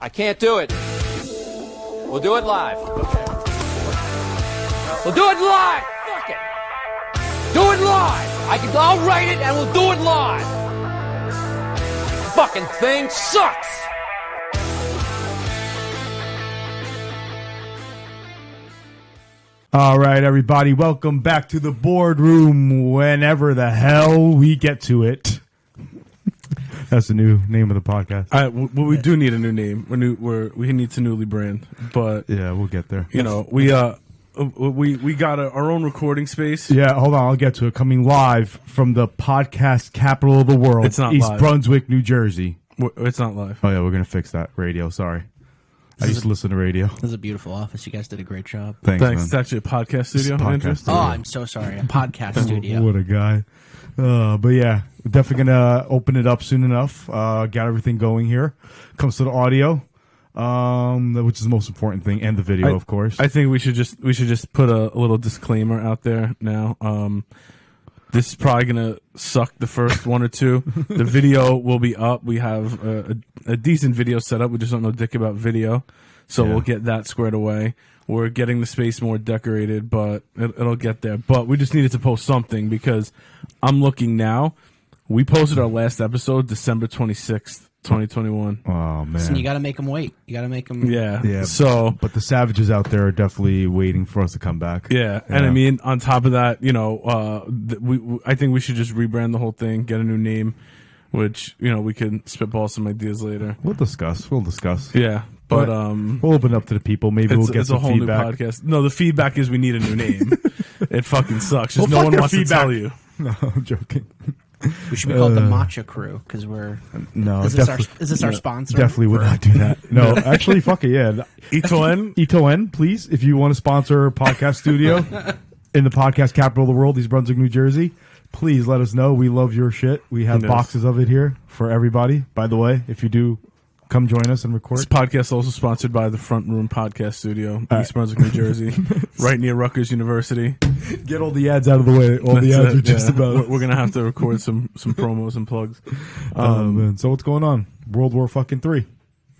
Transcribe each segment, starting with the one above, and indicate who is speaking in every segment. Speaker 1: I can't do it. We'll do it live. Okay. We'll do it live. Fuck it. Do it live. I can. I'll write it and we'll do it live. Fucking thing sucks.
Speaker 2: All right, everybody, welcome back to the boardroom whenever the hell we get to it. That's the new name of the podcast.
Speaker 3: I, w- well, we do need a new name. We're new. We're, we need to newly brand, but
Speaker 2: Yeah, we'll get there.
Speaker 3: you know, we uh, uh, we we got a, our own recording space.
Speaker 2: Yeah, hold on, I'll get to it. Coming live from the podcast capital of the world,
Speaker 3: It's not
Speaker 2: East
Speaker 3: live.
Speaker 2: Brunswick, New Jersey.
Speaker 3: We're- It's not live.
Speaker 2: Oh yeah, we're gonna fix that radio. Sorry, I used to listen to radio.
Speaker 4: This is a beautiful office. You guys did a great job.
Speaker 2: Thanks,
Speaker 3: Thanks. It's
Speaker 2: man.
Speaker 3: actually a podcast studio.
Speaker 2: It's a podcast
Speaker 3: Interesting.
Speaker 2: studio.
Speaker 4: Oh, I'm so sorry. A podcast studio.
Speaker 2: What a guy. Uh, but yeah, we're definitely gonna open it up soon enough. Uh, got everything going here. Comes to the audio, um, which is the most important thing, and the video, of course.
Speaker 3: I think we should just we should just put a, a little disclaimer out there now. Um, this is probably gonna suck the first one or two. The video will be up. We have a, a, a decent video set up. We just don't know dick about video, so
Speaker 2: Yeah.
Speaker 3: we'll get that squared away. We're getting the space more decorated, but it, it'll get there. But we just needed to post something because I'm looking now. We posted our last episode December 26th, 2021.
Speaker 2: oh man,
Speaker 4: Listen, you got to make them wait. You got to make them.
Speaker 3: Yeah.
Speaker 2: yeah.
Speaker 3: So
Speaker 2: but the savages out there are definitely waiting for us to come back.
Speaker 3: Yeah, and
Speaker 2: Yeah.
Speaker 3: I mean, on top of that, you know, uh, th- we, w I I think we should just rebrand the whole thing, get a new name, which you know we can spitball some ideas later.
Speaker 2: We'll discuss. We'll discuss.
Speaker 3: Yeah, but
Speaker 2: But-
Speaker 3: um,
Speaker 2: We'll open up to the people. Maybe
Speaker 3: it's,
Speaker 2: we'll get
Speaker 3: it's a
Speaker 2: some
Speaker 3: whole
Speaker 2: feedback.
Speaker 3: new podcast. No, the feedback is we need a new name. it fucking sucks. Just
Speaker 2: Well, fuck
Speaker 3: no one
Speaker 2: their
Speaker 3: wants
Speaker 2: feedback.
Speaker 3: to tell you.
Speaker 2: No, I'm joking.
Speaker 4: We should be called the Matcha Crew because we're.
Speaker 2: Uh, No,
Speaker 4: Is this, our,
Speaker 2: definitely-
Speaker 4: is this our sponsor?
Speaker 2: Definitely would not do that. No, actually, fuck it. Yeah,
Speaker 3: Etoin,
Speaker 2: Ito N, please, if you want to sponsor a podcast studio in the podcast capital of the world, East Brunswick, New Jersey, please let us know. We love your shit. We have
Speaker 3: Yes.
Speaker 2: boxes of it here for everybody. By the way, if you do come join us and record,
Speaker 3: this podcast is also sponsored by the Front Room Podcast Studio, East Brunswick, New Jersey, right near Rutgers University.
Speaker 2: get all the ads out of the way. All the
Speaker 3: That's
Speaker 2: ads
Speaker 3: it,
Speaker 2: are just
Speaker 3: yeah.
Speaker 2: about.
Speaker 3: We're, we're gonna have to record some some promos and plugs.
Speaker 2: Oh, man. So what's going on? World War fucking three.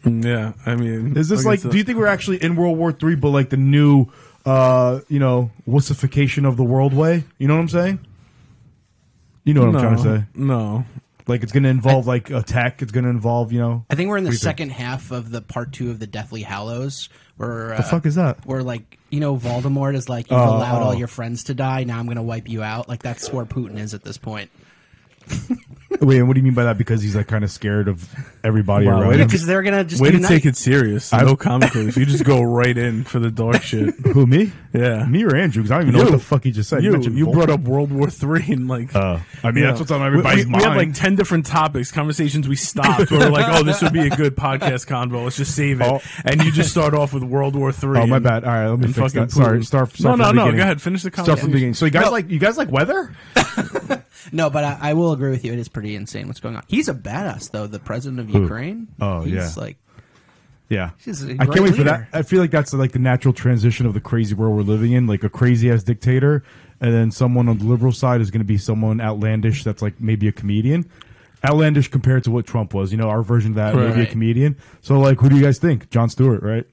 Speaker 3: Mm, Yeah, I mean,
Speaker 2: Is this
Speaker 3: I
Speaker 2: like?
Speaker 3: guess, uh,
Speaker 2: Do you think we're actually in World War three, but like the new, uh, you know, wussification of the world way? You know what I'm saying? You know what I'm trying to say.
Speaker 3: No.
Speaker 2: Like it's going to involve like attack. It's going to involve you know.
Speaker 4: I think we're in the
Speaker 2: What do you think?
Speaker 4: second half of the part two of the Deathly Hallows. Where, uh, the
Speaker 2: fuck is that?
Speaker 4: Where, like, you know, Voldemort is like, you've
Speaker 2: Oh,
Speaker 4: allowed
Speaker 2: oh.
Speaker 4: all your friends to die. Now I'm going to wipe you out. Like, that's where Putin is at this point.
Speaker 2: Wait, and what do you mean by that? Because he's like kind of scared of everybody
Speaker 3: Wow,
Speaker 2: around
Speaker 3: wait a
Speaker 2: him.
Speaker 4: Because they're going to just
Speaker 3: Way to
Speaker 4: unite.
Speaker 3: take it serious. No comic relief. You just go right in for the dark shit.
Speaker 2: Who me?
Speaker 3: Yeah.
Speaker 2: me or Andrew? Because I don't even know what the fuck he just said. He
Speaker 3: You,
Speaker 2: mentioned
Speaker 3: you
Speaker 2: Vol-
Speaker 3: brought up World War Three and like.
Speaker 2: Uh, I mean,
Speaker 3: you
Speaker 2: that's
Speaker 3: know,
Speaker 2: what's on everybody's
Speaker 3: we, we,
Speaker 2: mind.
Speaker 3: We had like ten different topics, conversations we stopped. where we're like, oh, this would be a good podcast convo. Let's just save it.
Speaker 2: Oh.
Speaker 3: And you just start off with World War Three.
Speaker 2: Oh my
Speaker 3: and-
Speaker 2: bad. All right, let me
Speaker 3: and
Speaker 2: fix
Speaker 3: fucking
Speaker 2: that. Sorry,
Speaker 3: Putin.
Speaker 2: start. start
Speaker 3: no,
Speaker 2: from
Speaker 3: no,
Speaker 2: the
Speaker 3: no.
Speaker 2: beginning.
Speaker 3: Go ahead. Finish the
Speaker 2: Start from the
Speaker 3: conversation.
Speaker 2: beginning. So you guys
Speaker 4: No.
Speaker 2: like you guys like weather?
Speaker 4: No, but I, I will agree with you. It is pretty insane what's going on. He's a badass, though. The president of Ukraine.
Speaker 2: Oh,
Speaker 4: he's
Speaker 2: yeah.
Speaker 4: Like,
Speaker 2: Yeah,
Speaker 4: She's a
Speaker 2: I
Speaker 4: great
Speaker 2: can't wait for that.
Speaker 4: leader.
Speaker 2: I feel like that's like the natural transition of the crazy world we're living in, like a crazy ass dictator, and then someone on the liberal side is going to be someone outlandish that's like maybe a comedian, outlandish compared to what Trump was. You know, our version of that, maybe a
Speaker 4: Right.
Speaker 2: comedian. So like, who do you guys think? John Stewart, right?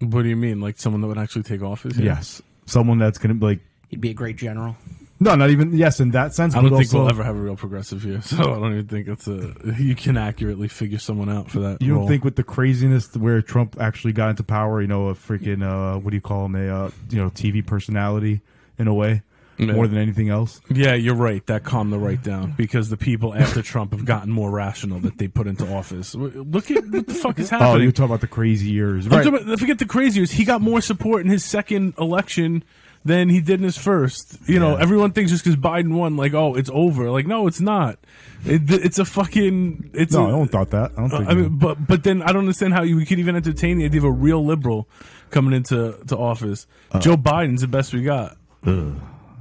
Speaker 3: What do you mean? Like someone that would actually take office?
Speaker 2: Yes, someone that's going to be like.
Speaker 4: he'd be a great general.
Speaker 2: No, not even yes in that sense.
Speaker 3: I don't
Speaker 2: but
Speaker 3: think
Speaker 2: also-
Speaker 3: we'll ever have a real progressive here, so I don't even think it's a you can accurately figure someone out for that.
Speaker 2: You don't
Speaker 3: role.
Speaker 2: think with the craziness where Trump actually got into power, you know, a freaking uh, what do you call him? A uh, you know TV personality in a way,
Speaker 3: Yeah.
Speaker 2: more than anything else.
Speaker 3: Yeah, you're right. That calmed the right down because the people after Trump have gotten more rational that they put into office. W- Look at what the fuck is
Speaker 2: Oh,
Speaker 3: happening.
Speaker 2: you're talking about the crazy years,
Speaker 3: I'm
Speaker 2: right?
Speaker 3: talking about- forget the crazy years. He got more support in his second election than he did in his first. You know,
Speaker 2: Yeah.
Speaker 3: everyone thinks just because Biden won, like, oh, it's over. Like, no, it's not. It, it's a fucking. It's
Speaker 2: no,
Speaker 3: a-
Speaker 2: I don't thought that. I don't think.
Speaker 3: Uh, I mean, but but then I don't understand how you could even entertain the idea of a
Speaker 2: Uh.
Speaker 3: real liberal coming into to office. Joe Biden's the best we got.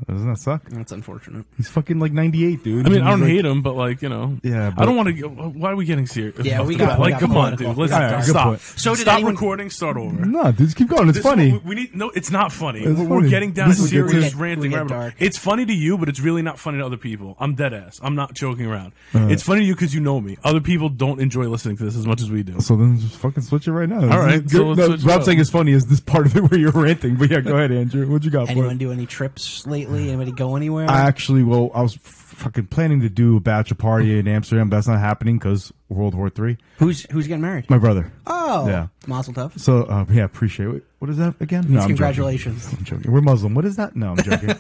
Speaker 2: Doesn't that suck?
Speaker 4: That's unfortunate.
Speaker 2: He's fucking like 98, dude.
Speaker 3: I mean, I
Speaker 2: He's
Speaker 3: don't
Speaker 2: like-
Speaker 3: hate him, but like you know,
Speaker 2: Yeah,
Speaker 3: I
Speaker 2: but-
Speaker 3: don't want to. Why are we getting serious?
Speaker 4: Yeah, we
Speaker 3: about
Speaker 4: got-
Speaker 3: that?
Speaker 4: we
Speaker 3: like
Speaker 4: got
Speaker 3: come on,
Speaker 4: political.
Speaker 3: dude. Let's
Speaker 2: All right, good
Speaker 3: stop.
Speaker 2: point.
Speaker 4: So did
Speaker 3: stop
Speaker 4: anyone-
Speaker 3: recording. Start over.
Speaker 2: No, dude, just keep going. It's
Speaker 3: This-
Speaker 2: funny.
Speaker 3: We, we need no. It's not funny.
Speaker 2: It's
Speaker 3: we're, we're
Speaker 2: funny.
Speaker 3: getting down
Speaker 2: This
Speaker 3: to
Speaker 2: is a good
Speaker 3: serious
Speaker 4: time.
Speaker 3: ranting.
Speaker 4: We get
Speaker 3: rabbit hole.
Speaker 4: dark.
Speaker 3: It's funny to you, but it's really not funny to other people. I'm dead ass. I'm not joking around.
Speaker 2: Uh-huh.
Speaker 3: It's funny to you because you know me. Other people don't enjoy listening to this as much as we do.
Speaker 2: so then just fucking switch it right now. This is
Speaker 3: right,
Speaker 2: good.
Speaker 3: so let's
Speaker 2: No,
Speaker 3: switch it
Speaker 2: what I'm
Speaker 3: up.
Speaker 2: saying is funny is this part of it where you're ranting. But yeah, go ahead, Andrew. What you got for
Speaker 4: Anyone
Speaker 2: us?
Speaker 4: do any trips lately? Anybody go anywhere?
Speaker 2: I actually, well, I was fucking planning to do a bachelor party in Amsterdam, but that's not happening because World War Three.
Speaker 4: who's who's getting married?
Speaker 2: My brother.
Speaker 4: Oh,
Speaker 2: Yeah.
Speaker 4: Mazel Tov.
Speaker 2: So um, yeah, appreciate it. What is that again? No, I'm joking.
Speaker 4: Congratulations.
Speaker 2: I'm joking. We're Muslim. What is that? No, I'm joking. Uh,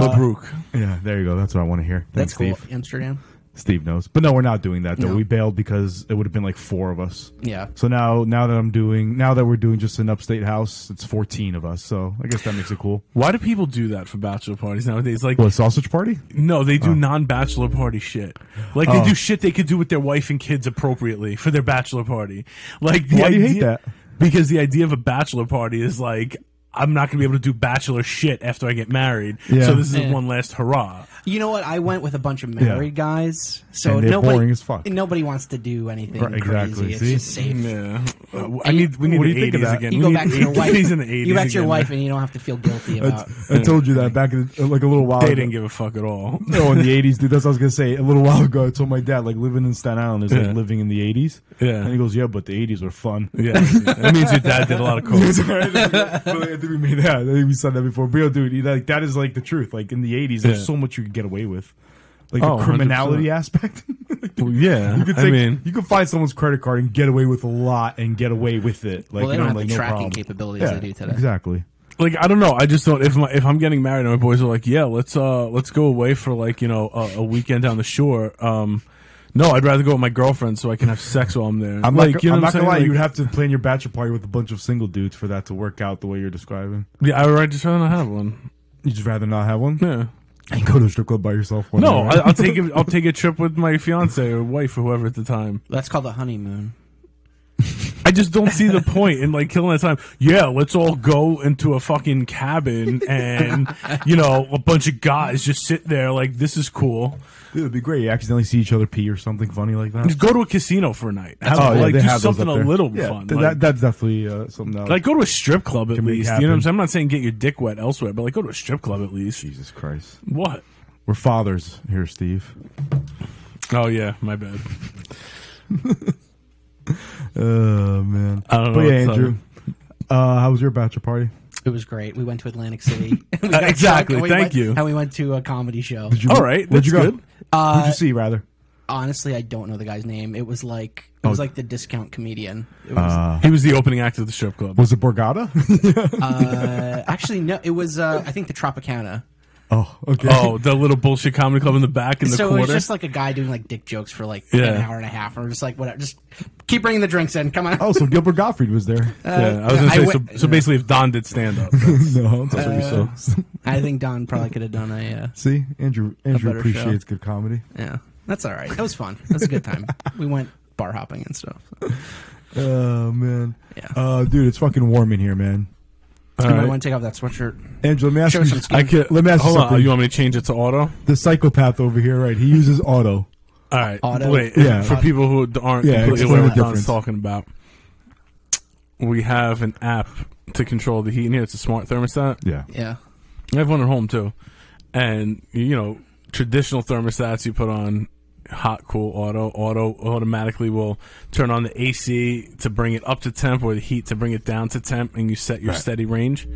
Speaker 3: Mabruk.
Speaker 2: yeah, there you go. That's what I want to hear.
Speaker 4: That's
Speaker 2: Thanks,
Speaker 4: cool.
Speaker 2: Steve.
Speaker 4: Amsterdam.
Speaker 2: Steve knows, but no, we're not doing that though.
Speaker 4: No.
Speaker 2: We bailed because it would have been like four of us.
Speaker 4: Yeah.
Speaker 2: So now, now that I'm doing, now that we're doing just an upstate house, it's 14 of us. So I guess that makes it cool.
Speaker 3: Why do people do that for bachelor parties nowadays? Like,
Speaker 2: What sausage party?
Speaker 3: no, they do
Speaker 2: Oh.
Speaker 3: non-bachelor party shit. Like, they do shit they could do with their wife and kids appropriately for their bachelor party. Like, the
Speaker 2: Why do you hate
Speaker 3: idea-
Speaker 2: that?
Speaker 3: Because the idea of a bachelor party is like. I'm not going to be able to do bachelor shit after I get married.
Speaker 2: Yeah.
Speaker 3: So this is
Speaker 4: Yeah.
Speaker 3: one last hurrah.
Speaker 4: You know what? I went with a bunch of married guys, so
Speaker 2: And they're
Speaker 4: nobody
Speaker 2: boring as fuck.
Speaker 4: nobody wants to do anything
Speaker 2: Right, exactly,
Speaker 4: crazy.
Speaker 2: see?
Speaker 4: It's just safe.
Speaker 3: Yeah, I need we need
Speaker 2: What do
Speaker 3: the
Speaker 2: you think of
Speaker 3: 80s
Speaker 2: that?
Speaker 3: again.
Speaker 4: You
Speaker 3: We
Speaker 4: go
Speaker 3: need
Speaker 4: back to
Speaker 3: the
Speaker 4: your wife.
Speaker 3: 80s and the 80s
Speaker 4: you go back to your
Speaker 3: again.
Speaker 4: wife, and you don't have to feel guilty about.
Speaker 2: I told you that back in, like a little while.
Speaker 3: They
Speaker 2: ago.
Speaker 3: didn't give a fuck at all.
Speaker 2: No, in the 80s, dude. That's what I was gonna say. A little while ago, I told my dad like living in Staten Island is like
Speaker 3: Yeah.
Speaker 2: living in the 80s.
Speaker 3: Yeah.
Speaker 2: And he goes, yeah, but the 80s were fun.
Speaker 3: Yeah, that means your dad did a lot of coke.
Speaker 2: But I think we made that. I think we said that before. But yo, dude, you- like that is like the truth. Like in the 80s, there's
Speaker 3: Yeah.
Speaker 2: so much you could get away with. Like
Speaker 3: Oh,
Speaker 2: the criminality
Speaker 3: 100%.
Speaker 2: aspect.
Speaker 3: Well, yeah,
Speaker 2: You could
Speaker 3: I
Speaker 2: take-
Speaker 3: mean,
Speaker 2: you could find someone's credit card and get away with a lot and get away with it. Like
Speaker 4: well, they
Speaker 2: you
Speaker 4: don't
Speaker 2: know,
Speaker 4: have
Speaker 2: like,
Speaker 4: the
Speaker 2: no
Speaker 4: tracking
Speaker 2: problem.
Speaker 4: capabilities
Speaker 2: Yeah,
Speaker 4: they do today.
Speaker 2: exactly.
Speaker 3: like I don't know. I just don't. If my, if I'm getting married and my boys are like, yeah, let's uh let's go away for like you know a, a weekend down the shore. Um, no, I'd rather go with my girlfriend so I can have sex while I'm there.
Speaker 2: I'm
Speaker 3: like,
Speaker 2: not,
Speaker 3: you know
Speaker 2: I'm
Speaker 3: what
Speaker 2: not gonna
Speaker 3: saying?
Speaker 2: lie.
Speaker 3: Like,
Speaker 2: you would have to plan your bachelor party with a bunch of single dudes for that to work out the way you're describing.
Speaker 3: Yeah, I would just rather not have one.
Speaker 2: You'd just rather not have one
Speaker 3: Yeah.
Speaker 2: and go to a strip club by yourself. one
Speaker 3: No,
Speaker 2: night.
Speaker 3: I, I'll take a, I'll take a trip with my fiance or wife or whoever at the time.
Speaker 4: That's called the honeymoon.
Speaker 3: I just don't see the point in like killing that time. Yeah, let's all go into a fucking cabin and you know a bunch of guys just sit there like this is cool.
Speaker 2: Dude, it'd be great. You accidentally see each other pee or something funny like that.
Speaker 3: Just go to a casino for a night. Have,
Speaker 2: Oh, yeah,
Speaker 3: like
Speaker 2: they
Speaker 3: do
Speaker 2: have those
Speaker 3: something
Speaker 2: up
Speaker 3: a
Speaker 2: there.
Speaker 3: little
Speaker 2: Yeah,
Speaker 3: fun.
Speaker 2: th-
Speaker 3: like,
Speaker 2: that, that's definitely uh, something else.
Speaker 3: like, go to a strip club at
Speaker 2: Can make
Speaker 3: least. You know what I'm
Speaker 2: happen.
Speaker 3: saying? I'm not saying get your dick wet elsewhere, but like go to a strip club at least.
Speaker 2: Jesus Christ,
Speaker 3: What?
Speaker 2: we're fathers here, Steve.
Speaker 3: Oh yeah, my bad.
Speaker 2: Oh man,
Speaker 3: I don't
Speaker 2: but
Speaker 3: know
Speaker 2: yeah,
Speaker 3: what to tell
Speaker 2: Andrew, uh, how was your bachelor party?
Speaker 4: It was great. We went to Atlantic City. We
Speaker 3: Uh,
Speaker 4: got
Speaker 3: exactly.
Speaker 4: drunk and we
Speaker 3: Thank
Speaker 4: went-
Speaker 3: you.
Speaker 4: And we went to a comedy show.
Speaker 2: Did you,
Speaker 3: All right,
Speaker 2: where'd you
Speaker 3: that's
Speaker 2: go?
Speaker 3: good. Uh,
Speaker 2: Who'd you see rather?
Speaker 4: Honestly, I don't know the guy's name. It was like it was
Speaker 2: Oh.
Speaker 4: like the discount comedian. It was,
Speaker 3: He was the opening act of the strip club.
Speaker 2: Was it Borgata?
Speaker 4: uh, actually, no, it was uh, I think the Tropicana.
Speaker 2: oh, okay.
Speaker 3: Oh, the little bullshit comedy club in the back in the
Speaker 4: so it was
Speaker 3: quarter.
Speaker 4: just like a guy doing like dick jokes for like
Speaker 3: Yeah.
Speaker 4: an hour and a half, or just like whatever. Just keep bringing the drinks in. Come on.
Speaker 2: Oh, so Gilbert Gottfried was there.
Speaker 3: yeah, I was gonna
Speaker 4: I
Speaker 3: say.
Speaker 4: went- Uh,
Speaker 3: so, so basically, if Don did stand up,
Speaker 2: no, that's what we saw.
Speaker 4: I think Don probably could have done a. Uh,
Speaker 2: See, Andrew, Andrew
Speaker 4: better
Speaker 2: appreciates good comedy.
Speaker 4: yeah, that's all right. That was fun. That was a good time. we went bar hopping and stuff.
Speaker 2: Oh man,
Speaker 4: Yeah.
Speaker 2: uh, dude, it's fucking warm in here, man.
Speaker 3: All
Speaker 4: You might
Speaker 3: right.
Speaker 4: want to take off that sweatshirt.
Speaker 2: Andrew, let me ask
Speaker 4: Show
Speaker 2: you.
Speaker 4: some skin.
Speaker 3: I could
Speaker 2: Let me ask you
Speaker 3: hold
Speaker 2: something.
Speaker 3: on. You want me to change it to auto?
Speaker 2: the psychopath over here, right? He uses auto.
Speaker 3: All right.
Speaker 4: Auto.
Speaker 3: Wait.
Speaker 2: Yeah.
Speaker 3: For people who aren't
Speaker 2: Yeah,
Speaker 3: completely
Speaker 2: explain
Speaker 3: aware
Speaker 2: the
Speaker 3: what Don's
Speaker 2: difference.
Speaker 3: talking about, we have an app to control the heat in here. It's a smart thermostat.
Speaker 2: Yeah.
Speaker 4: Yeah.
Speaker 3: I have one at home too, and you know traditional thermostats you put on hot, cool, auto. Auto automatically will turn on the AC to bring it up to temp or the heat to bring it down to temp, and you set your steady range.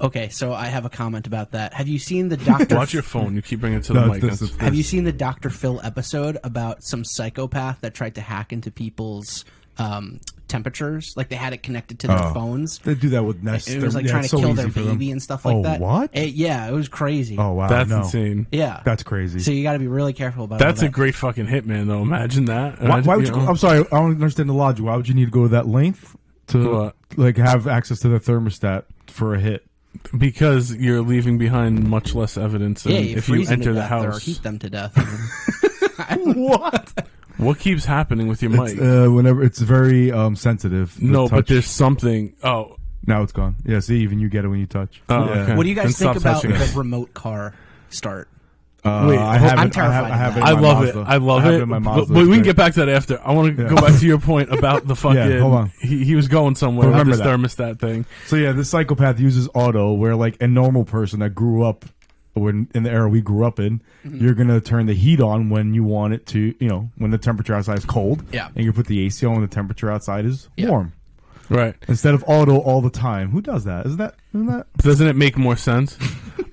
Speaker 4: Okay, so I have a comment about that. Have you seen the Doctor?
Speaker 3: Watch your phone. You keep bringing it to the
Speaker 2: No,
Speaker 3: mic.
Speaker 2: this
Speaker 3: That's-
Speaker 2: is-
Speaker 4: Have you seen the Doctor Phil episode about some psychopath that tried to hack into people's um, temperatures? Like they had it connected to their
Speaker 2: Oh.
Speaker 4: phones.
Speaker 2: They do that with Nest.
Speaker 4: It was like
Speaker 2: Yeah,
Speaker 4: trying to
Speaker 2: it's so
Speaker 4: kill
Speaker 2: easy
Speaker 4: their
Speaker 2: for them.
Speaker 4: baby and stuff like
Speaker 2: oh,
Speaker 4: that.
Speaker 2: What?
Speaker 4: It- yeah, it was crazy.
Speaker 2: oh wow,
Speaker 3: That's
Speaker 2: no.
Speaker 3: insane.
Speaker 4: Yeah,
Speaker 2: That's crazy.
Speaker 4: So you got to be really careful about.
Speaker 3: That's
Speaker 4: all
Speaker 3: a
Speaker 4: that.
Speaker 3: great fucking hitman, though. Imagine that.
Speaker 2: Why,
Speaker 3: Imagine-
Speaker 2: why would you?
Speaker 3: know.
Speaker 2: I'm sorry, I don't understand the logic. Why would you need to go that length to
Speaker 3: What?
Speaker 2: like have access to the thermostat for a hit?
Speaker 3: Because you're leaving behind much less evidence than
Speaker 4: Yeah, you
Speaker 3: if you
Speaker 4: freeze them
Speaker 3: enter
Speaker 4: to
Speaker 3: the
Speaker 4: death or
Speaker 3: house.
Speaker 4: heat them to death.
Speaker 2: what?
Speaker 3: What keeps happening with your mic?
Speaker 2: Uh, whenever it's very um, sensitive. uh, the
Speaker 3: no, but
Speaker 2: touch.
Speaker 3: there's something. Oh,
Speaker 2: Now it's gone. Yeah, see, even you get it when you touch.
Speaker 3: Oh,
Speaker 2: yeah.
Speaker 3: okay.
Speaker 4: What do you
Speaker 3: And
Speaker 4: guys think
Speaker 3: stop
Speaker 4: about
Speaker 3: touching
Speaker 4: the
Speaker 3: it.
Speaker 4: remote car start?
Speaker 2: Uh,
Speaker 3: Wait,
Speaker 2: I have it,
Speaker 4: I'm
Speaker 2: I have,
Speaker 4: terrified
Speaker 2: I have
Speaker 4: of
Speaker 2: it in
Speaker 4: that.
Speaker 3: I
Speaker 2: my
Speaker 3: love
Speaker 2: Mazda.
Speaker 3: it. I love
Speaker 2: have
Speaker 3: it.
Speaker 2: in my
Speaker 3: but,
Speaker 2: Mazda.
Speaker 3: but we can
Speaker 2: It's
Speaker 3: get
Speaker 2: great.
Speaker 3: back to that after. I want to
Speaker 2: Yeah.
Speaker 3: go back to your point about the fucking.
Speaker 2: hold on.
Speaker 3: He, he was going somewhere.
Speaker 2: But
Speaker 3: Remember
Speaker 2: remember
Speaker 3: this thermostat thing.
Speaker 2: So yeah, this psychopath uses auto, where like a normal person that grew up when in the era we grew up in,
Speaker 3: Mm-hmm.
Speaker 2: you're gonna turn the heat on when you want it to. You know, when the temperature outside is cold.
Speaker 4: Yeah.
Speaker 2: And you put the AC on when the temperature outside is
Speaker 4: Yeah.
Speaker 2: warm.
Speaker 3: Right.
Speaker 2: Instead of auto all the time. Who does that? Isn't that isn't that
Speaker 3: Doesn't it make more sense?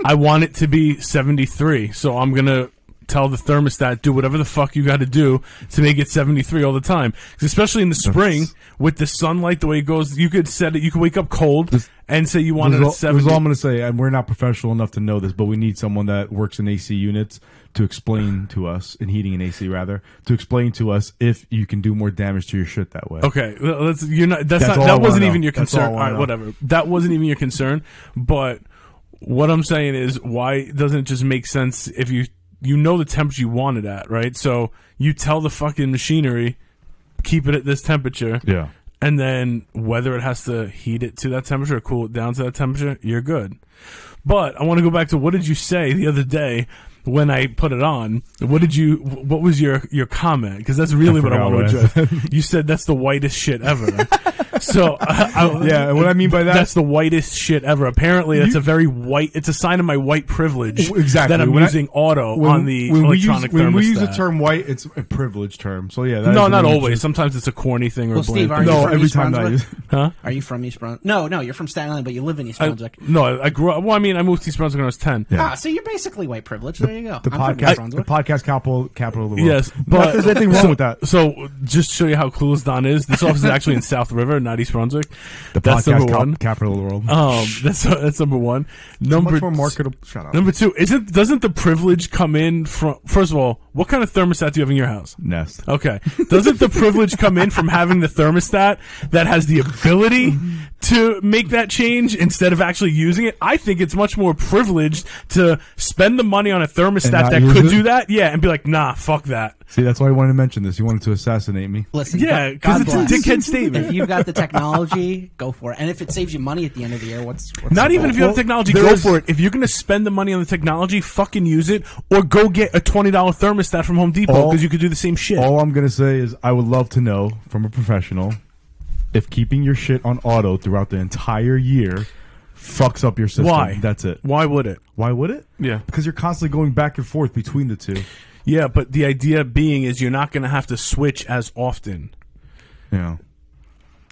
Speaker 3: I want it to be 73, so I'm going to tell the thermostat do whatever the fuck you got to do to make it 73 all the time. 'Cause especially in the spring with the sunlight the way it goes, you could set it you could wake up cold and say you want
Speaker 2: This
Speaker 3: it
Speaker 2: is, all,
Speaker 3: at
Speaker 2: this is
Speaker 3: 70.
Speaker 2: all I'm going to say, and we're not professional enough to know this, but we need someone that works in AC units to explain to us, in heating and AC rather, to explain to us if you can do more damage to your shit that way.
Speaker 3: Okay, well, that's you're not. That's,
Speaker 2: That's all I
Speaker 3: not. That
Speaker 2: wanna
Speaker 3: wasn't
Speaker 2: know.
Speaker 3: even your
Speaker 2: That's all I
Speaker 3: concern. All
Speaker 2: wanna
Speaker 3: right,
Speaker 2: know.
Speaker 3: whatever. That wasn't even your concern. But what I'm saying is, why doesn't it just make sense if you you know the temperature you want it at, right? So you tell the fucking machinery keep it at this temperature,
Speaker 2: Yeah.
Speaker 3: and then whether it has to heat it to that temperature or cool it down to that temperature, you're good. But I want to go back to what did you say the other day when I put it on? What did you? What was your your comment? Because that's really what I
Speaker 2: forgot
Speaker 3: want to
Speaker 2: what I
Speaker 3: address. you said that's the whitest shit ever. so I, I,
Speaker 2: Yeah, and what I mean by that-
Speaker 3: that's the whitest shit ever. Apparently, that's a very white. It's a sign of my white privilege.
Speaker 2: W- exactly.
Speaker 3: That I'm
Speaker 2: When I-
Speaker 3: using auto
Speaker 2: When-
Speaker 3: on the
Speaker 2: when we use,
Speaker 3: electronic
Speaker 2: When we use
Speaker 3: thermostat.
Speaker 2: the term white, it's a privileged term. So yeah. that is
Speaker 3: no,
Speaker 2: an
Speaker 3: not
Speaker 2: interesting-
Speaker 3: always. Sometimes it's a corny thing or
Speaker 4: Well,
Speaker 3: a bland
Speaker 4: Steve, are
Speaker 3: thing.
Speaker 4: you
Speaker 2: No,
Speaker 4: from
Speaker 2: every
Speaker 4: East
Speaker 2: time that
Speaker 4: Brunswick?
Speaker 2: is-
Speaker 3: Huh?
Speaker 4: Are you from East Brunswick? No, no, you're from Staten Island, but you live in East
Speaker 3: I-
Speaker 4: Brunswick.
Speaker 3: no, I- I grew up. Well, I mean, I moved to East Brunswick when I was ten.
Speaker 2: Yeah.
Speaker 4: ah, so you're basically white privilege. There you go.
Speaker 2: The
Speaker 4: I'm from East
Speaker 2: podcast, the
Speaker 4: Brunswick.
Speaker 2: podcast capital, capital of the world.
Speaker 3: Yes,
Speaker 2: Not
Speaker 3: but
Speaker 2: that there's anything wrong
Speaker 3: so,
Speaker 2: with that.
Speaker 3: So, just to show you how clueless Don is. This office is actually in South River, not East Brunswick.
Speaker 2: The
Speaker 3: that's
Speaker 2: podcast
Speaker 3: number
Speaker 2: cap-
Speaker 3: one.
Speaker 2: capital of the world.
Speaker 3: Um, that's that's number one. Number
Speaker 2: Much more
Speaker 3: t-
Speaker 2: marketable. Shut up.
Speaker 3: number two isn't doesn't the privilege come in from? First of all, what kind of thermostat do you have in your house?
Speaker 2: Nest.
Speaker 3: Okay. Doesn't the privilege come in from having the thermostat that has the ability to make that change instead of actually using it? I think it's much more privileged to spend the money on a thermostat
Speaker 2: not
Speaker 3: that
Speaker 2: use
Speaker 3: could
Speaker 2: it?
Speaker 3: do that. Yeah, and be like, nah, fuck that.
Speaker 2: See, that's why I wanted to mention this. You wanted to assassinate me.
Speaker 4: Listen,
Speaker 3: Yeah,
Speaker 4: God-
Speaker 3: 'cause
Speaker 4: God
Speaker 3: it's a
Speaker 4: bless.
Speaker 3: dickhead statement.
Speaker 4: If you've got the technology, go for it. And if it saves you money at the end of the year, what's, what's
Speaker 3: Not
Speaker 4: the
Speaker 3: even
Speaker 4: goal?
Speaker 3: if you have the technology,
Speaker 2: there
Speaker 3: go
Speaker 2: is-
Speaker 3: for it. If you're going to spend the money on the technology, fucking use it, or go get a twenty dollar thermostat from Home Depot
Speaker 2: All-
Speaker 3: because you could do the same shit.
Speaker 2: All I'm gonna say is I would love to know from a professional if keeping your shit on auto throughout the entire year fucks up your system.
Speaker 3: Why?
Speaker 2: That's it.
Speaker 3: Why would it?
Speaker 2: Why would it?
Speaker 3: Yeah.
Speaker 2: Because you're constantly going back and forth between the two.
Speaker 3: Yeah, but the idea being is you're not going to have to switch as often.
Speaker 2: Yeah.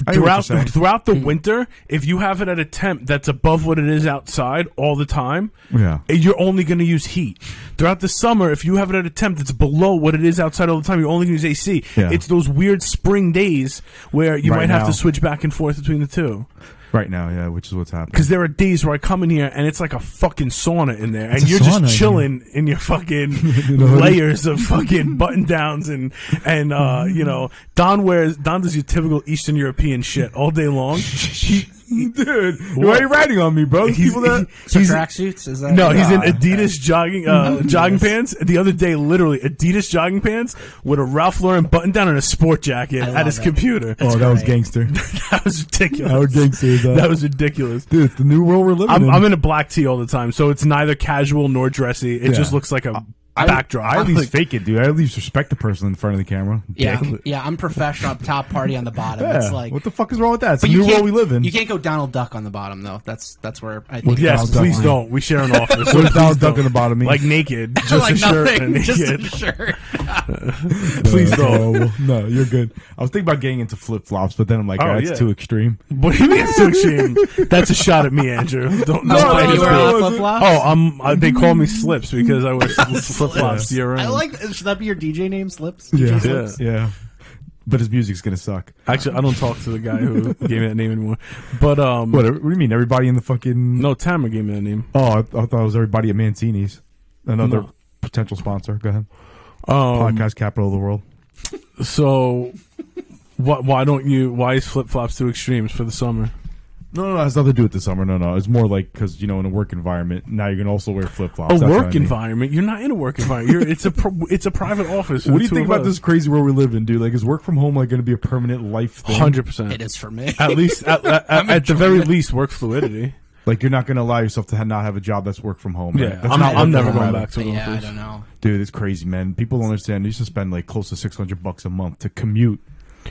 Speaker 2: I hear what you're
Speaker 3: throughout the,
Speaker 2: saying.
Speaker 3: throughout the winter, if you have it at a temp that's above what it is outside all the time, eh,
Speaker 2: Yeah.
Speaker 3: you're only going to use heat. Throughout the summer, if you have it at a temp that's below what it is outside all the time, you're only going to use AC.
Speaker 2: Yeah.
Speaker 3: It's those weird spring days where you
Speaker 2: Right
Speaker 3: might have
Speaker 2: now.
Speaker 3: to switch back and forth between the two.
Speaker 2: right now, yeah, which is what's happening.
Speaker 3: Because there are days where I come in here and it's like a fucking sauna in there, and
Speaker 2: a
Speaker 3: you're
Speaker 2: sauna in
Speaker 3: just
Speaker 2: here.
Speaker 3: chilling in your fucking
Speaker 2: know what I mean?
Speaker 3: layers of fucking button downs and and uh, you know Don wears Don does your typical Eastern European shit all day long.
Speaker 2: Dude, why are you writing on me, bro?
Speaker 3: He's,
Speaker 2: People that-
Speaker 4: So
Speaker 3: he's-
Speaker 4: tracksuits? Is that
Speaker 3: no, he's in
Speaker 4: Nah.
Speaker 3: Adidas jogging uh, jogging pants. The other day, literally Adidas jogging pants with a Ralph Lauren button down and a sport jacket
Speaker 4: I
Speaker 3: at
Speaker 4: love
Speaker 3: his
Speaker 4: it.
Speaker 3: computer.
Speaker 2: oh, that was
Speaker 4: great.
Speaker 2: gangster.
Speaker 3: that was ridiculous.
Speaker 2: How gangster is that?
Speaker 3: That was ridiculous.
Speaker 2: Dude, it's the new world we're living
Speaker 3: I'm,
Speaker 2: in.
Speaker 3: I'm in a black tee all the time, so it's neither casual nor dressy. It
Speaker 2: Yeah.
Speaker 3: just looks like a backdrop.
Speaker 2: I at least
Speaker 3: Like,
Speaker 2: fake it, dude. I at least respect the person in front of the camera.
Speaker 4: Yeah,
Speaker 2: Dick.
Speaker 4: yeah, I'm professional up top, party on the bottom.
Speaker 2: Yeah.
Speaker 4: It's like
Speaker 2: what the fuck is wrong with that? It's a
Speaker 4: But you
Speaker 2: new world
Speaker 4: can't-
Speaker 2: we live in.
Speaker 4: You can't go Donald Duck on the bottom though. That's that's where I think.
Speaker 3: yes,
Speaker 2: Donald
Speaker 3: please
Speaker 2: Duck.
Speaker 3: don't. We share an office.
Speaker 2: What if
Speaker 3: Please
Speaker 2: Donald Duck
Speaker 3: don't.
Speaker 2: in the bottom of me?
Speaker 3: Like naked, just
Speaker 4: like
Speaker 3: a shirt
Speaker 4: nothing,
Speaker 3: and
Speaker 4: just
Speaker 3: naked.
Speaker 4: a shirt.
Speaker 2: Please
Speaker 3: That's
Speaker 2: don't. no, you're good. I was thinking about getting into flip flops, but then I'm like,
Speaker 3: Oh,
Speaker 2: oh, that's
Speaker 3: yeah.
Speaker 2: too extreme.
Speaker 3: What do you mean it's so extreme? That's a shot at me, Andrew. Don't, don't
Speaker 2: no,
Speaker 3: play
Speaker 2: no,
Speaker 3: this
Speaker 2: no, no,
Speaker 3: game.
Speaker 2: no.
Speaker 3: Oh, I'm. Uh, they call me Slips because I wear flip flops year round.
Speaker 4: I like. Should that be your DJ name? Slips.
Speaker 2: Yeah.
Speaker 4: DJ
Speaker 2: yeah,
Speaker 4: Slips.
Speaker 2: But his music's gonna suck.
Speaker 3: Actually, I don't talk to the guy who gave me that name anymore. But um,
Speaker 2: What? What do you mean? Everybody in the fucking?
Speaker 3: no, Tamara gave me that name.
Speaker 2: Oh, I, I thought it was everybody at Mancini's. Another
Speaker 3: No.
Speaker 2: potential sponsor. Go ahead.
Speaker 3: Um,
Speaker 2: Podcast capital of the world.
Speaker 3: so, wh- why don't you? Why is flip flops too extremes for the summer?
Speaker 2: No, no, no, it has nothing to do with the summer. No, no, it's more like because you know, in a work environment, now you can also wear flip flops.
Speaker 3: A Oh, work environment? You're not in a work environment. You're, it's a pro, it's a private office.
Speaker 2: What do you think about this crazy world we live in, dude? Like, is work from home like going to be a permanent life thing?
Speaker 3: Hundred percent.
Speaker 4: It is for me.
Speaker 3: At least, at, at, at, at the very least, work fluidity.
Speaker 2: Like, you're not going to allow yourself to ha- not have a job that's work from home. right?
Speaker 3: Yeah,
Speaker 2: That's
Speaker 3: I'm,
Speaker 2: not
Speaker 3: I'm
Speaker 2: work
Speaker 3: never
Speaker 2: from
Speaker 3: going
Speaker 2: home.
Speaker 3: back to
Speaker 4: But
Speaker 3: an
Speaker 4: yeah, I
Speaker 3: office.
Speaker 4: don't know.
Speaker 2: Dude, it's crazy, man. People don't understand. You used to spend like close to six hundred bucks a month to commute.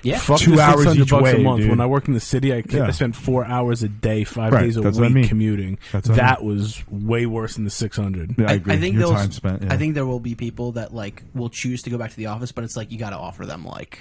Speaker 4: Yeah.
Speaker 3: Fuck
Speaker 2: Two
Speaker 3: the
Speaker 2: hours
Speaker 3: 600
Speaker 2: each
Speaker 3: bucks a
Speaker 2: way,
Speaker 3: month.
Speaker 2: dude.
Speaker 3: When I worked in the city, I,
Speaker 2: Yeah.
Speaker 3: I spent four hours a day, five
Speaker 2: Right,
Speaker 3: days a
Speaker 2: that's
Speaker 3: week
Speaker 2: what I mean.
Speaker 3: commuting.
Speaker 2: That's what I
Speaker 3: that was way worse than the six hundred.
Speaker 2: Yeah, I agree.
Speaker 4: think
Speaker 2: Your
Speaker 4: those-
Speaker 2: time spent. yeah.
Speaker 4: I think there will be people that like will choose to go back to the office, but it's like you got to offer them like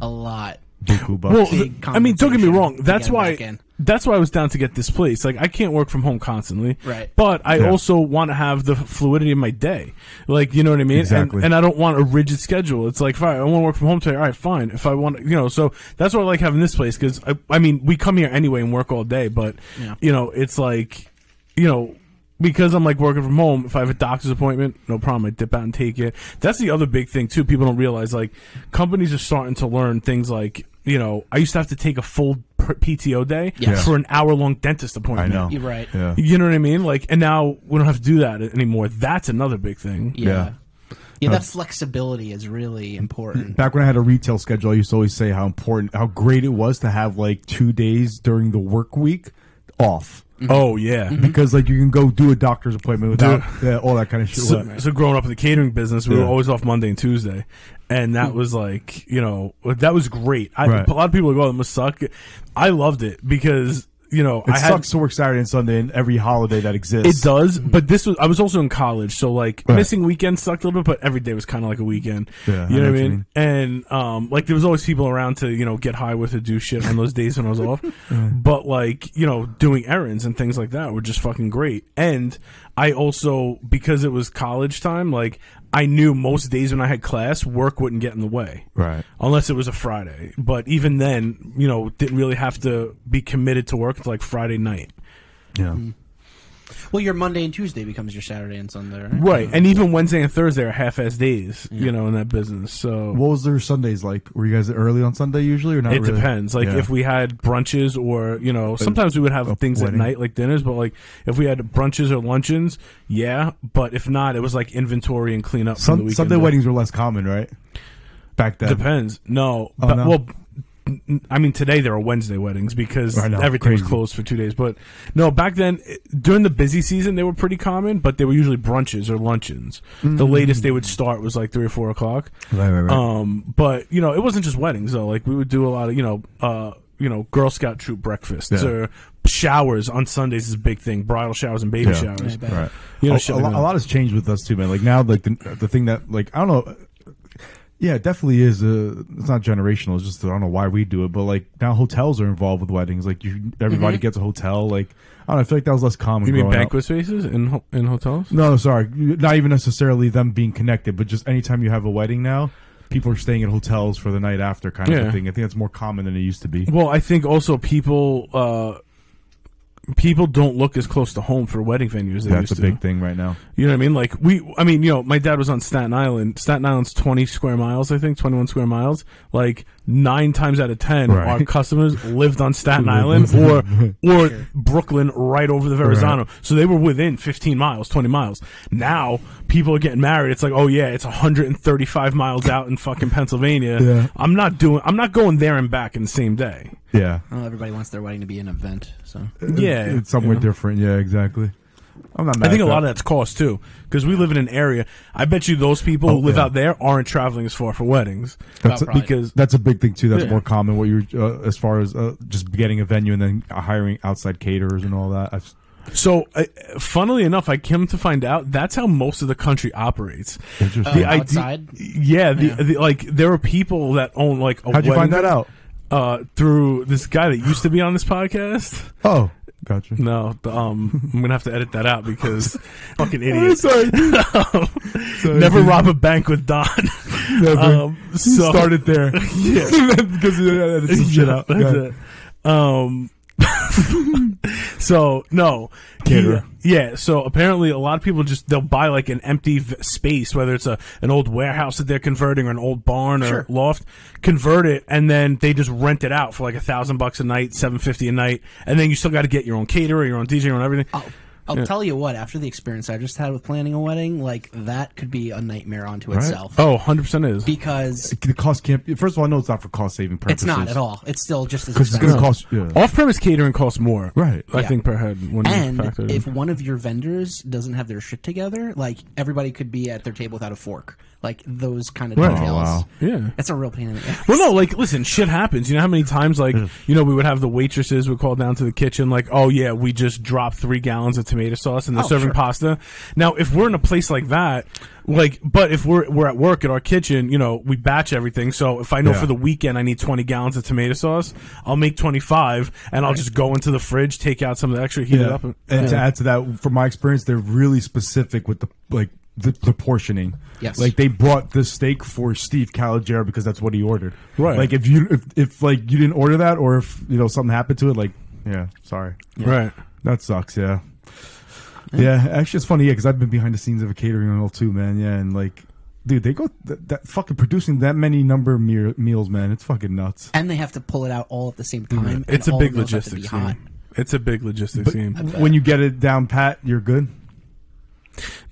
Speaker 4: a lot.
Speaker 2: Buku bucks.
Speaker 3: Well,
Speaker 4: big
Speaker 3: th- I mean, don't get me
Speaker 4: compensation
Speaker 3: wrong.
Speaker 4: to
Speaker 3: That's
Speaker 4: get
Speaker 3: why.
Speaker 4: back in.
Speaker 3: That's why I was down to get this place. Like, I can't work from home constantly.
Speaker 4: Right.
Speaker 3: But I
Speaker 2: Yeah.
Speaker 3: also want to have the fluidity of my day. Like, you know what I mean? And-
Speaker 2: Exactly.
Speaker 3: And, I don't want a rigid schedule. It's like, fine, I want to work from home today. All right, fine. If I want, you know, so that's why I like having this place because I, I mean, we come here anyway and work all day. But
Speaker 4: Yeah.
Speaker 3: you know, it's like, you know. Because I'm like working from home, if I have a doctor's appointment, no problem. I dip out and take it. That's the other big thing too. People don't realize like companies are starting to learn things like you know I used to have to take a full pr- PTO day
Speaker 4: Yes.
Speaker 3: for an hour long dentist
Speaker 2: I
Speaker 3: appointment.
Speaker 2: know.
Speaker 4: You're right.
Speaker 2: Yeah.
Speaker 3: You know what I mean? Like, and now we don't have to do that anymore. That's another big thing.
Speaker 4: Yeah.
Speaker 2: Yeah. Uh,
Speaker 4: Yeah, that flexibility is really important.
Speaker 2: Back when I had a retail schedule, I used to always say how important, how great it was to have like two days during the work week off.
Speaker 3: Oh yeah.
Speaker 2: because like you can go do a doctor's appointment without yeah, all that kind of shit.
Speaker 3: So,
Speaker 2: What?
Speaker 3: so growing up in the catering business, we
Speaker 2: Yeah.
Speaker 3: were always off Monday and Tuesday, and that was like you know that was great. I,
Speaker 2: Right.
Speaker 3: A lot of people are like, "Oh, it must suck." I loved it because you know
Speaker 2: It
Speaker 3: I had
Speaker 2: sucks to work Saturday and Sunday and every holiday that
Speaker 3: It
Speaker 2: exists.
Speaker 3: does, but this was I was also in college, so like
Speaker 2: Right.
Speaker 3: missing weekends sucked a little bit, but every day was kind of like a weekend.
Speaker 2: Yeah, I
Speaker 3: you know
Speaker 2: know
Speaker 3: what I
Speaker 2: what you
Speaker 3: mean? And um, like there was always people around to you know get high with or do shit on those days when I was off. But like you know doing errands and things like that were just fucking great. And I also because it was college time, like I knew most days when I had class, work wouldn't get in the way
Speaker 2: Right.
Speaker 3: unless it was a Friday. But even then, you know, didn't really have to be committed to work until like Friday night.
Speaker 2: Yeah.
Speaker 3: Mm-hmm.
Speaker 4: Well, your Monday and Tuesday becomes your Saturday and Sunday, right?
Speaker 3: Right, and even Wednesday and Thursday are half-ass days, you know, in that business. So
Speaker 2: What was their Sundays like? Were you guys early on Sunday usually or not?
Speaker 3: it
Speaker 2: really?
Speaker 3: depends. Like
Speaker 2: Yeah.
Speaker 3: if we had brunches or you know, sometimes we would
Speaker 2: a
Speaker 3: have things
Speaker 2: wedding.
Speaker 3: at night like dinners, but like if we had brunches or luncheons, yeah. But if not, it was like inventory and cleanup. from the
Speaker 2: Sun-
Speaker 3: weekend
Speaker 2: Sunday
Speaker 3: of-
Speaker 2: weddings were less common, right? Back then.
Speaker 3: depends. No,
Speaker 2: Oh,
Speaker 3: but,
Speaker 2: no.
Speaker 3: well. n- n- I mean, today there are Wednesday weddings because
Speaker 2: I know,
Speaker 3: everything was
Speaker 2: crazy.
Speaker 3: closed for two days. But no, back then i- during the busy season, they were pretty common, but they were usually brunches or luncheons. The latest they would start was like three or four o'clock.
Speaker 2: Mm. Right, right, right.
Speaker 3: Um, but you know, it wasn't just weddings though. Like we would do a lot of you know, uh, you know, Girl Scout troop breakfasts
Speaker 2: Yeah.
Speaker 3: or showers on Sundays is a big thing. Bridal showers and baby
Speaker 2: Yeah.
Speaker 3: showers.
Speaker 4: Yeah,
Speaker 2: Right.
Speaker 3: You know,
Speaker 2: a,
Speaker 3: shit
Speaker 2: a
Speaker 3: like
Speaker 2: lot,
Speaker 3: that.
Speaker 2: a lot has changed with us too, man. Like now, like the, the thing that, like, I don't know. Yeah, it definitely is. Uh, it's not generational. It's just I don't know why we do it, but like now hotels are involved with weddings. Like you, everybody gets a hotel. Like I don't know. I feel like that was less common.
Speaker 3: Mm-hmm. You mean
Speaker 2: growing up.
Speaker 3: banquet spaces in ho- in hotels?
Speaker 2: No, sorry, not even necessarily them being connected, but just anytime you have a wedding now, people are staying at hotels for the night after kind of a
Speaker 3: Yeah.
Speaker 2: thing. I think that's more common than it used to be.
Speaker 3: Well, I think also people uh, people don't look as close to home for wedding venues. They
Speaker 2: That's
Speaker 3: used
Speaker 2: a
Speaker 3: to.
Speaker 2: big thing right now.
Speaker 3: You know what I mean? Like we, I mean, you know, my dad was on Staten Island. Staten Island's twenty square miles, I think, twenty-one square miles. Like nine times out of ten,
Speaker 2: Right.
Speaker 3: our customers lived on Staten Island or or Brooklyn, right over the Verrazano. So they were within fifteen miles, twenty miles. Now people are getting married. It's like, oh yeah, it's one hundred and thirty-five miles out in fucking Pennsylvania.
Speaker 2: Yeah.
Speaker 3: I'm not doing. I'm not going there and back in the same day.
Speaker 2: Yeah,
Speaker 4: Well, Oh, everybody wants their wedding to be an event, so
Speaker 2: Uh,
Speaker 3: Yeah,
Speaker 2: it's somewhere
Speaker 3: you know.
Speaker 2: different. Yeah, exactly. I'm not. Mad
Speaker 3: I think
Speaker 2: at
Speaker 3: a
Speaker 2: that.
Speaker 3: lot of that's cost too, because we live in an area. I bet you those people
Speaker 2: Oh,
Speaker 3: who live
Speaker 2: yeah.
Speaker 3: out there aren't traveling as far for weddings
Speaker 2: That's
Speaker 4: Well, probably.
Speaker 3: because
Speaker 2: That's a big thing too. That's
Speaker 3: Yeah.
Speaker 2: more common. What you're uh, as far as uh, just getting a venue and then hiring outside caterers and all that. I've,
Speaker 3: So, uh, funnily enough, I came to find out that's how most of the country operates.
Speaker 2: Interesting.
Speaker 3: The idea-
Speaker 4: outside?
Speaker 3: yeah, the, The, like there are people that own like. A
Speaker 2: How'd you find
Speaker 3: wedding-
Speaker 2: that out?
Speaker 3: Uh, through this guy that used to be on this podcast.
Speaker 2: Oh, gotcha.
Speaker 3: No, the, um, I'm gonna have to edit that out because fucking idiots.
Speaker 2: sorry.
Speaker 3: Never rob a bank with Don. um, so
Speaker 2: started there
Speaker 3: yeah.
Speaker 2: because you had to edit some shit out.
Speaker 3: That's it. Um, So no, he-
Speaker 2: Caterer.
Speaker 3: yeah. So apparently, a lot of people just they'll buy like an empty v- space, whether it's a an old warehouse that they're converting or an old barn or
Speaker 4: Sure.
Speaker 3: loft, convert it, and then they just rent it out for like a thousand bucks a night, seven fifty a night, and then you still got to get your own caterer, your own DJ, your own everything.
Speaker 4: I'll, I'll tell you what, after the experience I just had with planning a wedding, like that could be a nightmare onto itself.
Speaker 3: Oh, 100 percent is.
Speaker 4: Because
Speaker 2: The cost can't. be- First of all, I know it's not for cost saving purposes.
Speaker 4: it's not at all. It's still just as
Speaker 2: Because it's
Speaker 4: expensive.
Speaker 2: going to cost. Yeah.
Speaker 3: Off premise catering costs more,
Speaker 2: Right.
Speaker 3: I
Speaker 4: Yeah.
Speaker 3: think per head when you
Speaker 4: And
Speaker 3: factor it in.
Speaker 4: if one of your vendors doesn't have their shit together, like everybody could be at their table without a fork. Like those kind of
Speaker 3: Right.
Speaker 4: details.
Speaker 2: Oh, wow.
Speaker 3: Yeah.
Speaker 4: That's a real pain in the ass.
Speaker 3: Well, no, like, listen, shit happens. You know how many times,
Speaker 2: Hmm.
Speaker 3: like, you know, we would have the waitresses would call down to the kitchen, like, oh, yeah, we just dropped three gallons of tomato sauce and they're
Speaker 4: Oh,
Speaker 3: serving
Speaker 4: sure.
Speaker 3: pasta. Now, if we're in a place like that, like, but if we're, we're at work at our kitchen, you know, we batch everything. So if I know
Speaker 2: Yeah.
Speaker 3: for the weekend I need 20 gallons of tomato sauce, I'll make 25 and I'll just go into the fridge, take out some of the extra, heat it
Speaker 2: Yeah.
Speaker 3: up. And,
Speaker 2: And to
Speaker 3: Yeah.
Speaker 2: add to that, from my experience, they're really specific with the like the, the portioning.
Speaker 4: Yes.
Speaker 2: Like they brought the steak for Steve Caligero because that's what he ordered.
Speaker 3: Right.
Speaker 2: Like if you if, if like you didn't order that or if you know something happened to it, like yeah, sorry.
Speaker 3: Right.
Speaker 2: That sucks. Yeah. Yeah. Actually, it's funny. Yeah, because I've been behind the scenes of a catering role too, man. Yeah, and like. Dude, they go th- that fucking producing that many number of meal- meals, man. It's fucking nuts.
Speaker 4: And they have to pull it out all at the same time. and
Speaker 3: Mm, It's a
Speaker 4: all
Speaker 3: big
Speaker 4: of those have to be
Speaker 3: logistics
Speaker 4: hot.
Speaker 3: game. It's a big logistics game.
Speaker 2: When you get it down pat, you're good.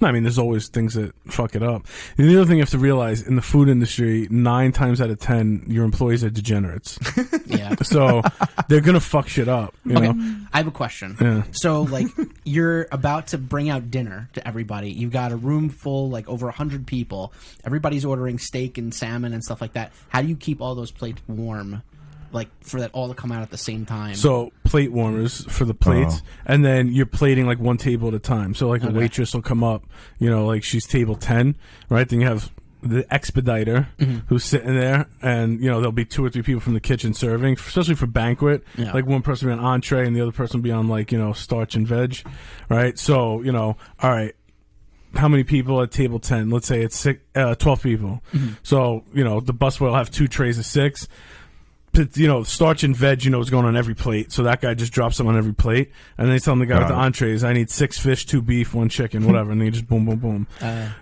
Speaker 3: No, I mean, there's always things that fuck it up. And the other thing you have to realize in the food industry, nine times out of ten, your employees are degenerates,
Speaker 4: Yeah.
Speaker 3: so they're gonna fuck shit up. You
Speaker 4: Okay,
Speaker 3: know?
Speaker 4: I have a question.
Speaker 3: Yeah.
Speaker 4: So, like, you're about to bring out dinner to everybody. You've got a room full, like over hundred people. Everybody's ordering steak and salmon and stuff like that. How do you keep all those plates warm, like for that all to come out at the same time?
Speaker 3: So plate warmers for the plates, and then you're plating like one table at a time. So like a waitress will come up, you know, like she's table ten, right? Then you have the expediter
Speaker 4: Mm-hmm.
Speaker 3: who's sitting there, and you know there'll be two or three people from the kitchen serving, especially for banquet.
Speaker 4: Yeah.
Speaker 3: Like one person will be on entree, and the other person will be on like you know starch and veg, right? So you know, all right. how many people at table 10 let's say it's six, uh, 12 people so you know the busboy will have two trays of six but, you know starch and veg you know is going on every plate so that guy just drops them on every plate and then he's telling the guy with
Speaker 2: Got
Speaker 3: the
Speaker 2: it.
Speaker 3: entrees i need six fish two beef one chicken whatever and then you just boom boom boom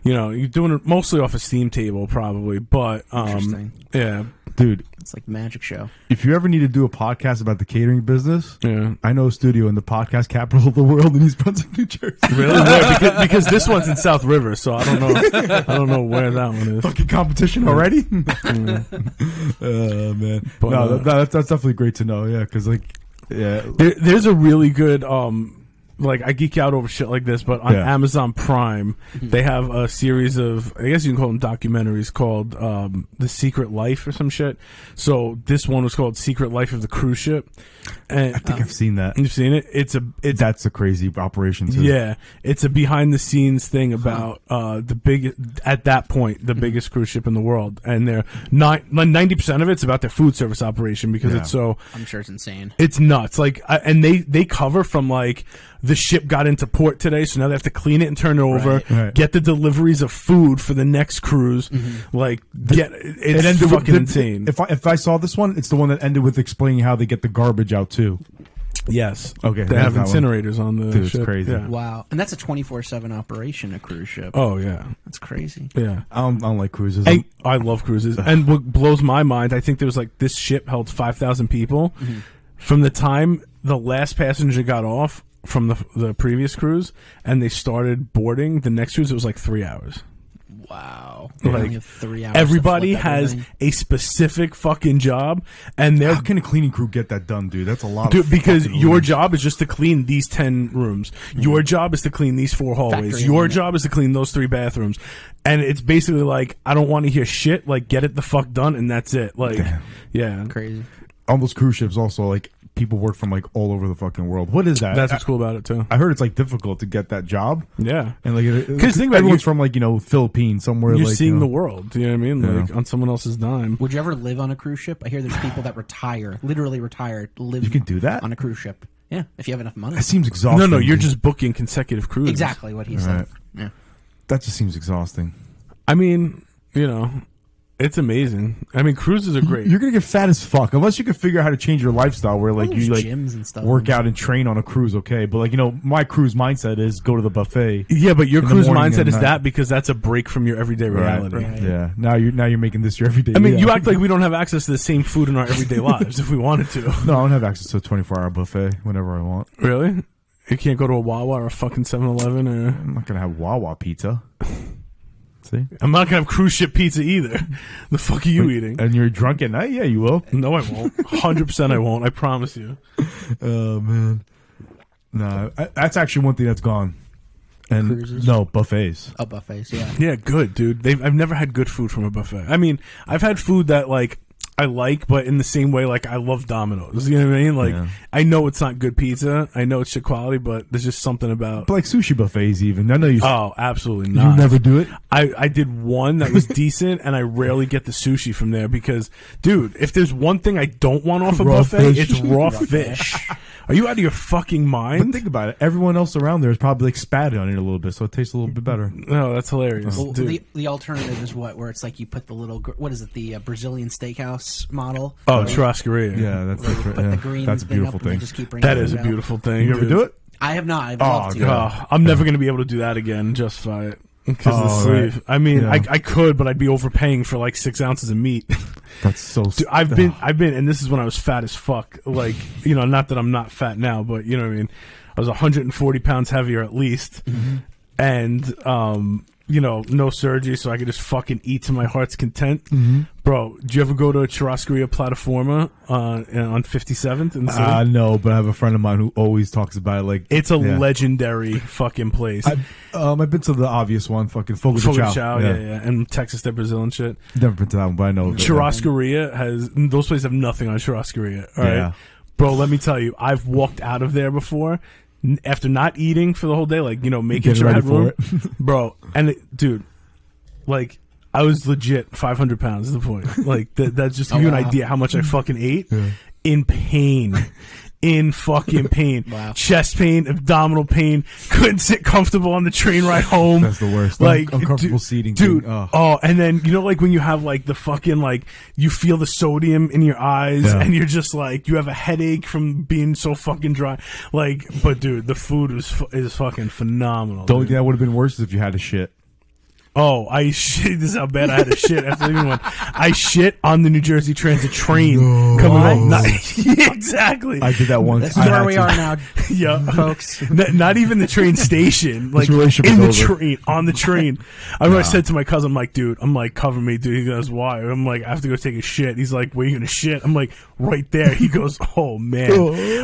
Speaker 3: you know you're doing it mostly off a steam table probably but um
Speaker 4: Interesting.
Speaker 3: yeah
Speaker 2: Dude,
Speaker 4: it's like magic show.
Speaker 2: if you ever need to do a podcast about the catering business,
Speaker 3: yeah
Speaker 2: I know a studio in the podcast capital of the world in East Brunswick, New Jersey.
Speaker 3: Really? Where? Because, because this one's in South River, so I don't know. I don't know where that one is.
Speaker 2: Fucking competition already? oh man,
Speaker 3: But,
Speaker 2: no,
Speaker 3: uh,
Speaker 2: that, that- that's definitely great to know. Yeah, because like, yeah,
Speaker 3: There, there's a really good um like I geek out over shit like this, but on
Speaker 2: Yeah.
Speaker 3: Amazon Prime they have a series of I guess you can call them documentaries called um, The Secret Life or some shit. So this one was called Secret Life of the Cruise Ship, and um,
Speaker 2: I think I've Hmm. seen that.
Speaker 3: you've seen it. It's a it's
Speaker 2: That's a crazy operation too.
Speaker 3: yeah, it's a behind the scenes thing about uh, the big at that point
Speaker 2: Hmm.
Speaker 3: the biggest cruise ship in the world, and they're not ninety percent of it's about their food service operation because
Speaker 2: Yeah.
Speaker 3: it's so
Speaker 4: I'm sure it's insane.
Speaker 3: it's nuts. Like, I, and they they cover from like the ship got into port today, so now they have to clean it and turn it over.
Speaker 4: Right.
Speaker 2: Right.
Speaker 3: Get the deliveries of food for the next cruise. Like, get
Speaker 2: Mm-hmm. It
Speaker 3: it's
Speaker 2: ended with-
Speaker 3: fucking
Speaker 2: the-
Speaker 3: insane.
Speaker 2: If I, if I saw this one, it's the one that ended with explaining how they get the garbage out too.
Speaker 3: yes,
Speaker 2: Okay,
Speaker 3: they
Speaker 2: that's
Speaker 3: have
Speaker 2: that one.
Speaker 3: incinerators on the
Speaker 2: Dude, it's
Speaker 3: ship.
Speaker 2: crazy.
Speaker 3: Yeah.
Speaker 4: Wow, and that's a 24 seven operation, a cruise ship.
Speaker 3: Oh yeah,
Speaker 4: That's crazy.
Speaker 3: yeah.
Speaker 2: I don't, I don't like cruises.
Speaker 3: And I love cruises. and what blows my mind, I think there was like this ship held 5,000 people.
Speaker 2: Mm-hmm.
Speaker 3: From the time the last passenger got off from the, the previous cruise and they started boarding the next cruise, it was like three hours.
Speaker 4: Wow,
Speaker 3: Like,
Speaker 4: Only have three hours to
Speaker 3: Everybody
Speaker 4: flip
Speaker 3: has
Speaker 4: everything.
Speaker 3: a specific fucking job, and they're
Speaker 2: how can a cleaning crew get that done, dude? That's a lot.
Speaker 3: Dude,
Speaker 2: of
Speaker 3: because
Speaker 2: fucking Mm-hmm.
Speaker 3: your
Speaker 2: work.
Speaker 3: job is just to clean these 10 rooms. Your job is to clean these four hallways.
Speaker 4: Factory
Speaker 3: your
Speaker 4: limit.
Speaker 3: job is to clean those three bathrooms. And it's basically like, I don't want to hear shit. Like, get it the fuck done, and that's it. Like, yeah.
Speaker 4: crazy.
Speaker 2: on those cruise ships, also like people work from like all over the fucking world. What is that?
Speaker 3: That's what's cool about it, too.
Speaker 2: I heard it's like difficult to get that job.
Speaker 3: Yeah.
Speaker 2: And like, it-
Speaker 3: 'Cause think about it,
Speaker 2: everyone's
Speaker 3: you're-
Speaker 2: from like you know Philippines somewhere.
Speaker 3: You're
Speaker 2: like, uh,
Speaker 3: seeing
Speaker 2: you
Speaker 3: the
Speaker 2: know,
Speaker 3: world. You know what I mean? Like, on someone else's dime.
Speaker 4: Would you ever live on a cruise ship? I hear there's people that retire, literally retire, live. You
Speaker 2: can do that?
Speaker 4: on a cruise ship. Yeah, if you have enough money.
Speaker 2: That seems exhausting.
Speaker 3: No, no, you're
Speaker 2: dude.
Speaker 3: just booking consecutive cruises.
Speaker 4: Exactly what he
Speaker 2: All
Speaker 4: said.
Speaker 2: right.
Speaker 4: Yeah.
Speaker 2: that just seems exhausting.
Speaker 3: I mean, you know, It's amazing. I mean, cruises are great.
Speaker 2: You're gonna get fat as fuck unless you can figure out how to change your lifestyle where like
Speaker 4: there's
Speaker 2: you like
Speaker 4: gyms and stuff.
Speaker 2: work out and train on a cruise, okay? But like you know, my cruise mindset is go to the buffet.
Speaker 3: yeah, but your
Speaker 2: In the
Speaker 3: cruise
Speaker 2: morning
Speaker 3: mindset
Speaker 2: and
Speaker 3: is
Speaker 2: night.
Speaker 3: that because that's a break from your everyday reality.
Speaker 4: right.
Speaker 2: Yeah. Now you're now you're making this your everyday.
Speaker 3: I mean,
Speaker 2: yeah.
Speaker 3: you act like we don't have access to the same food in our everyday lives if we wanted to.
Speaker 2: no, I don't have access to a 24 hour buffet whenever I want.
Speaker 3: Really? You can't go to a Wawa or a fucking 7-Eleven or...
Speaker 2: I'm not gonna have Wawa pizza. See,
Speaker 3: I'm not going to have cruise ship pizza either. The fuck are you eating?
Speaker 2: and you're drunk at night. Yeah, you will.
Speaker 3: No, I won't. 100% I won't. I promise you.
Speaker 2: Oh man, no, I, that's actually one thing that's gone. And
Speaker 4: Cruises?
Speaker 2: no buffets.
Speaker 4: Oh, buffets, yeah.
Speaker 3: Yeah, good, dude. They've, I've never had good food from a buffet. I mean, I've had food that like I like, but in the same way, like I love Domino's. You know what I mean? Like
Speaker 2: Yeah.
Speaker 3: I know it's not good pizza. I know it's shit quality, but there's just something about.
Speaker 2: But like sushi buffets, even I know you.
Speaker 3: Oh, absolutely
Speaker 2: you
Speaker 3: not.
Speaker 2: never do it.
Speaker 3: I, I did one that was decent, and I rarely get the sushi from there because, dude, if there's one thing I don't want off a
Speaker 2: Raw
Speaker 3: buffet,
Speaker 2: fish.
Speaker 3: it's raw fish. Are you out of your fucking
Speaker 2: But
Speaker 3: mind?
Speaker 2: think about it. Everyone else around there is probably like spat on it a little bit, so it tastes a little bit better.
Speaker 3: no, Oh, that's hilarious.
Speaker 4: Well,
Speaker 3: dude.
Speaker 4: the, the alternative is what, where it's like you put the little, gr- what is it, the uh, Brazilian steakhouse model?
Speaker 3: oh,
Speaker 4: Where you
Speaker 3: Churrascaria.
Speaker 2: Yeah, that's
Speaker 4: put
Speaker 2: different.
Speaker 4: the
Speaker 2: Yeah.
Speaker 4: green
Speaker 2: that's a
Speaker 4: thing
Speaker 2: beautiful
Speaker 4: up and they
Speaker 2: thing.
Speaker 4: just keep bringing
Speaker 3: That
Speaker 4: it
Speaker 3: is a
Speaker 4: out.
Speaker 3: beautiful thing.
Speaker 2: You ever
Speaker 3: dude.
Speaker 2: do it?
Speaker 4: I have not. I've
Speaker 2: Oh,
Speaker 4: loved
Speaker 2: God.
Speaker 4: to.
Speaker 3: Oh, I'm never going to be able to do that again. Justify it. Because
Speaker 2: Oh,
Speaker 3: the sleeve.
Speaker 2: right.
Speaker 3: I mean,
Speaker 2: Yeah.
Speaker 3: I, I could, but I'd be overpaying for like six ounces of meat.
Speaker 2: That's so.
Speaker 3: Dude, I've been, I've been, and this is when I was fat as fuck. Like, you know, not that I'm not fat now, but you know what I mean. I was 140 pounds heavier at least,
Speaker 2: Mm-hmm.
Speaker 3: and um, you know, no surgery, so I could just fucking eat to my heart's content.
Speaker 2: Mm-hmm.
Speaker 3: Bro, do you ever go to a churrascaria plataforma on on 57th? And
Speaker 2: I know, but I have a friend of mine who always talks about it. Like
Speaker 3: it's a
Speaker 2: Uh, yeah.
Speaker 3: legendary fucking place.
Speaker 2: I, um, I've been to the obvious one, fucking Fogo de
Speaker 3: Fogo
Speaker 2: Chao.
Speaker 3: de Chao, yeah. yeah, and Texas Day Brazil and shit.
Speaker 2: Never been to that one, but I know. of it.
Speaker 3: Churrascaria has those places have nothing on Churrascaria. All right,
Speaker 2: Yeah.
Speaker 3: bro. Let me tell you, I've walked out of there before n- after not eating for the whole day, like you know, making
Speaker 2: Getting
Speaker 3: sure I had
Speaker 2: ready for
Speaker 3: room, bro. And it, dude, like. I was legit 500 pounds at the point. Like, that, that's just to
Speaker 4: Oh,
Speaker 3: give you an
Speaker 4: wow.
Speaker 3: idea how much I fucking ate. In pain. In fucking pain.
Speaker 4: Wow.
Speaker 3: Chest pain, abdominal pain. Couldn't sit comfortable on the train ride home.
Speaker 2: That's the worst.
Speaker 3: Like,
Speaker 2: Un- uncomfortable
Speaker 3: dude-
Speaker 2: seating thing.
Speaker 3: Dude,
Speaker 2: Ugh.
Speaker 3: Oh, and then you know, like when you have like the fucking like you feel the sodium in your eyes,
Speaker 2: Yeah.
Speaker 3: and you're just like you have a headache from being so fucking dry. Like, but dude, the food was fu- is fucking phenomenal.
Speaker 2: The only
Speaker 3: dude.
Speaker 2: thing that would have been worse is if you had a shit.
Speaker 3: Oh, I shit. This is how bad I had a shit after leaving one. I shit on the New Jersey Transit train coming home. Not- Yeah, exactly.
Speaker 2: I did that once.
Speaker 4: This is
Speaker 2: I
Speaker 4: where
Speaker 2: had
Speaker 4: we
Speaker 2: to-
Speaker 4: are now,
Speaker 3: yeah.
Speaker 4: folks.
Speaker 3: N- not even the train station. Like
Speaker 2: relationship
Speaker 3: in the
Speaker 2: is over.
Speaker 3: train, on the train. I remember I said to my cousin, "I'm like, dude, I'm like, cover me, dude." He goes, "Why?" I'm like, "I have to go take a shit." He's like, "Where you gonna shit?" I'm like, "Right there." He goes, "Oh man,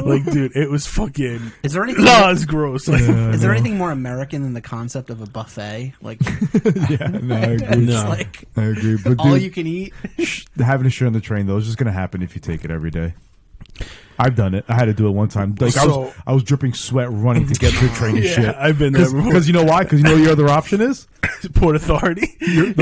Speaker 3: like, dude, it was fucking."
Speaker 4: Is there anything?
Speaker 3: Nah, it's gross. Like,
Speaker 4: Is there anything more American than the concept of a buffet? Like,
Speaker 2: Yeah, no, I agree.
Speaker 4: it's
Speaker 3: No.
Speaker 4: like
Speaker 2: I agree. But
Speaker 4: all
Speaker 2: dude,
Speaker 4: you can eat.
Speaker 2: sh- having a shit on the train though is just gonna happen if you take it every day. I've done it. I had to do it one time. Like I
Speaker 3: So-
Speaker 2: was, I was dripping sweat running to get to the train and
Speaker 3: Yeah,
Speaker 2: shit.
Speaker 3: I've been there before.
Speaker 2: because you know why? Because you know what your other option is
Speaker 3: Port Authority.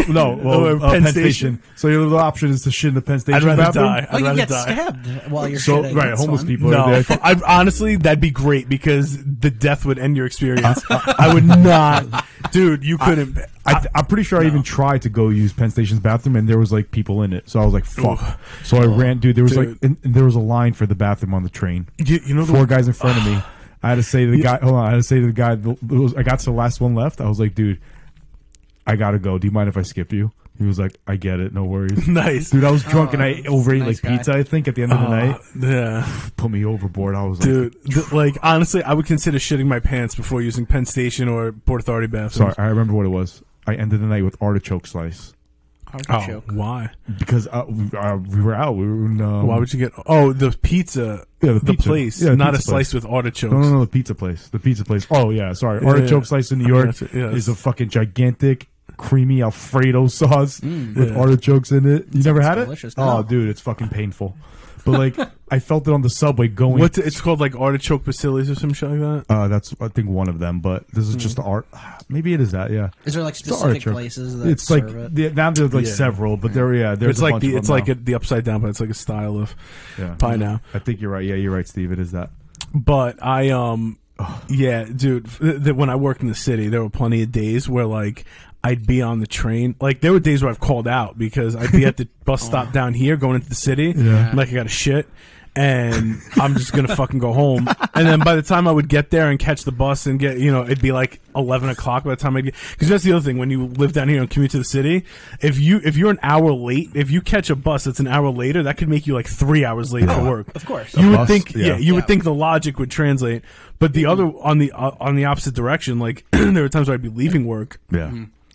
Speaker 2: no, well,
Speaker 3: Or
Speaker 2: uh,
Speaker 3: Oh,
Speaker 2: Penn,
Speaker 3: Penn Station.
Speaker 2: Station. So your other option is to shit in the Penn Station.
Speaker 3: I'd rather
Speaker 2: bathroom.
Speaker 3: die.
Speaker 4: Oh,
Speaker 3: I'd
Speaker 4: you
Speaker 3: rather
Speaker 4: get
Speaker 3: die.
Speaker 4: stabbed while you're
Speaker 2: So
Speaker 4: shitting.
Speaker 2: right,
Speaker 4: That's
Speaker 2: homeless
Speaker 4: fun.
Speaker 2: people
Speaker 3: No,
Speaker 2: are
Speaker 3: fu-
Speaker 2: there.
Speaker 3: I, honestly, that'd be great because the death would end your experience. I would not, dude. You couldn't.
Speaker 2: I, I'm pretty sure I even tried to go use Penn Station's bathroom, and there was like people in it. So I was like, "Fuck!" So I ran, dude. There was
Speaker 3: Dude.
Speaker 2: like, and, and there was a line for the bathroom on the train.
Speaker 3: you, you know the
Speaker 2: Four guys in front of me. I had to say to the guy, "Hold on." I had to say to the guy, the, the- was- "I got to the last one left." I was like, "Dude, I gotta go. Do you mind if I skip you?" He was like, "I get it. No worries."
Speaker 3: nice.
Speaker 2: Dude, I was drunk and I
Speaker 4: that's
Speaker 2: overate like
Speaker 4: nice guy.
Speaker 2: pizza. I think at the end of the night,
Speaker 3: Uh, yeah.
Speaker 2: put me overboard. I was like,
Speaker 3: dude. th- like honestly, I would consider shitting my pants before using Penn Station or Port Authority
Speaker 2: Sorry,
Speaker 3: bathrooms.
Speaker 2: I remember what it was. I ended the night with artichoke slice
Speaker 3: Oh,
Speaker 4: Artichoke.
Speaker 3: why?
Speaker 2: because uh, we, uh, we were out. We were in, um,
Speaker 3: Why would you get? Oh, the pizza.
Speaker 2: Yeah, the
Speaker 3: the
Speaker 2: pizza.
Speaker 3: place,
Speaker 2: Yeah, the
Speaker 3: not a
Speaker 2: pizza place.
Speaker 3: slice with artichokes.
Speaker 2: No, no, no, the pizza place. The pizza place. Oh yeah, sorry.
Speaker 3: Yeah,
Speaker 2: Artichoke
Speaker 3: yeah.
Speaker 2: slice in New
Speaker 3: I mean,
Speaker 2: York
Speaker 3: that's it, yeah,
Speaker 2: is
Speaker 3: that's-
Speaker 2: a fucking gigantic creamy Alfredo sauce
Speaker 4: Mm,
Speaker 2: with artichokes in it. You never had
Speaker 4: delicious.
Speaker 2: it? Oh,
Speaker 4: No.
Speaker 2: dude, it's fucking painful. But like, I felt it on the subway going.
Speaker 3: What's it- it's called? Like artichoke basilis or some shit like that.
Speaker 2: Uh, that's I think one of them, but this is just the art. Maybe it is that. Yeah,
Speaker 4: Mm. Is there like
Speaker 2: It's the
Speaker 4: specific
Speaker 2: artichoke.
Speaker 4: places that
Speaker 2: it's
Speaker 4: serve
Speaker 2: like
Speaker 4: it?
Speaker 2: the- now there's like
Speaker 3: Yeah.
Speaker 2: several, but there yeah there's
Speaker 3: It's
Speaker 2: a
Speaker 3: like
Speaker 2: bunch
Speaker 3: the
Speaker 2: of
Speaker 3: it's
Speaker 2: them
Speaker 3: like
Speaker 2: now.
Speaker 3: a, the upside down, but it's like a style of
Speaker 2: Yeah.
Speaker 3: pie now.
Speaker 2: I think you're right. Yeah, you're right, Steve. It is that.
Speaker 3: But I um yeah, dude, f- th- th- when I worked in the city, there were plenty of days where like I'd be on the train. Like there were days where I've called out because I'd be at the bus
Speaker 4: Oh.
Speaker 3: stop down here going into the city.
Speaker 2: Yeah.
Speaker 3: I'm Like I got a shit. And I'm just gonna fucking go home. And then by the time I would get there and catch the bus and get, you know, it'd be like eleven o'clock by the time I get. Because that's the other thing when you live down here and commute to the city. If you if you're an hour late, if you catch a bus that's an hour later, that could make you like three hours late for work.
Speaker 4: Oh, of course.
Speaker 3: you would
Speaker 2: bus,
Speaker 3: think,
Speaker 2: yeah.
Speaker 3: yeah, you would think the logic would translate. But the other on the uh, on the opposite direction, like there were times where I'd be leaving work
Speaker 2: Yeah.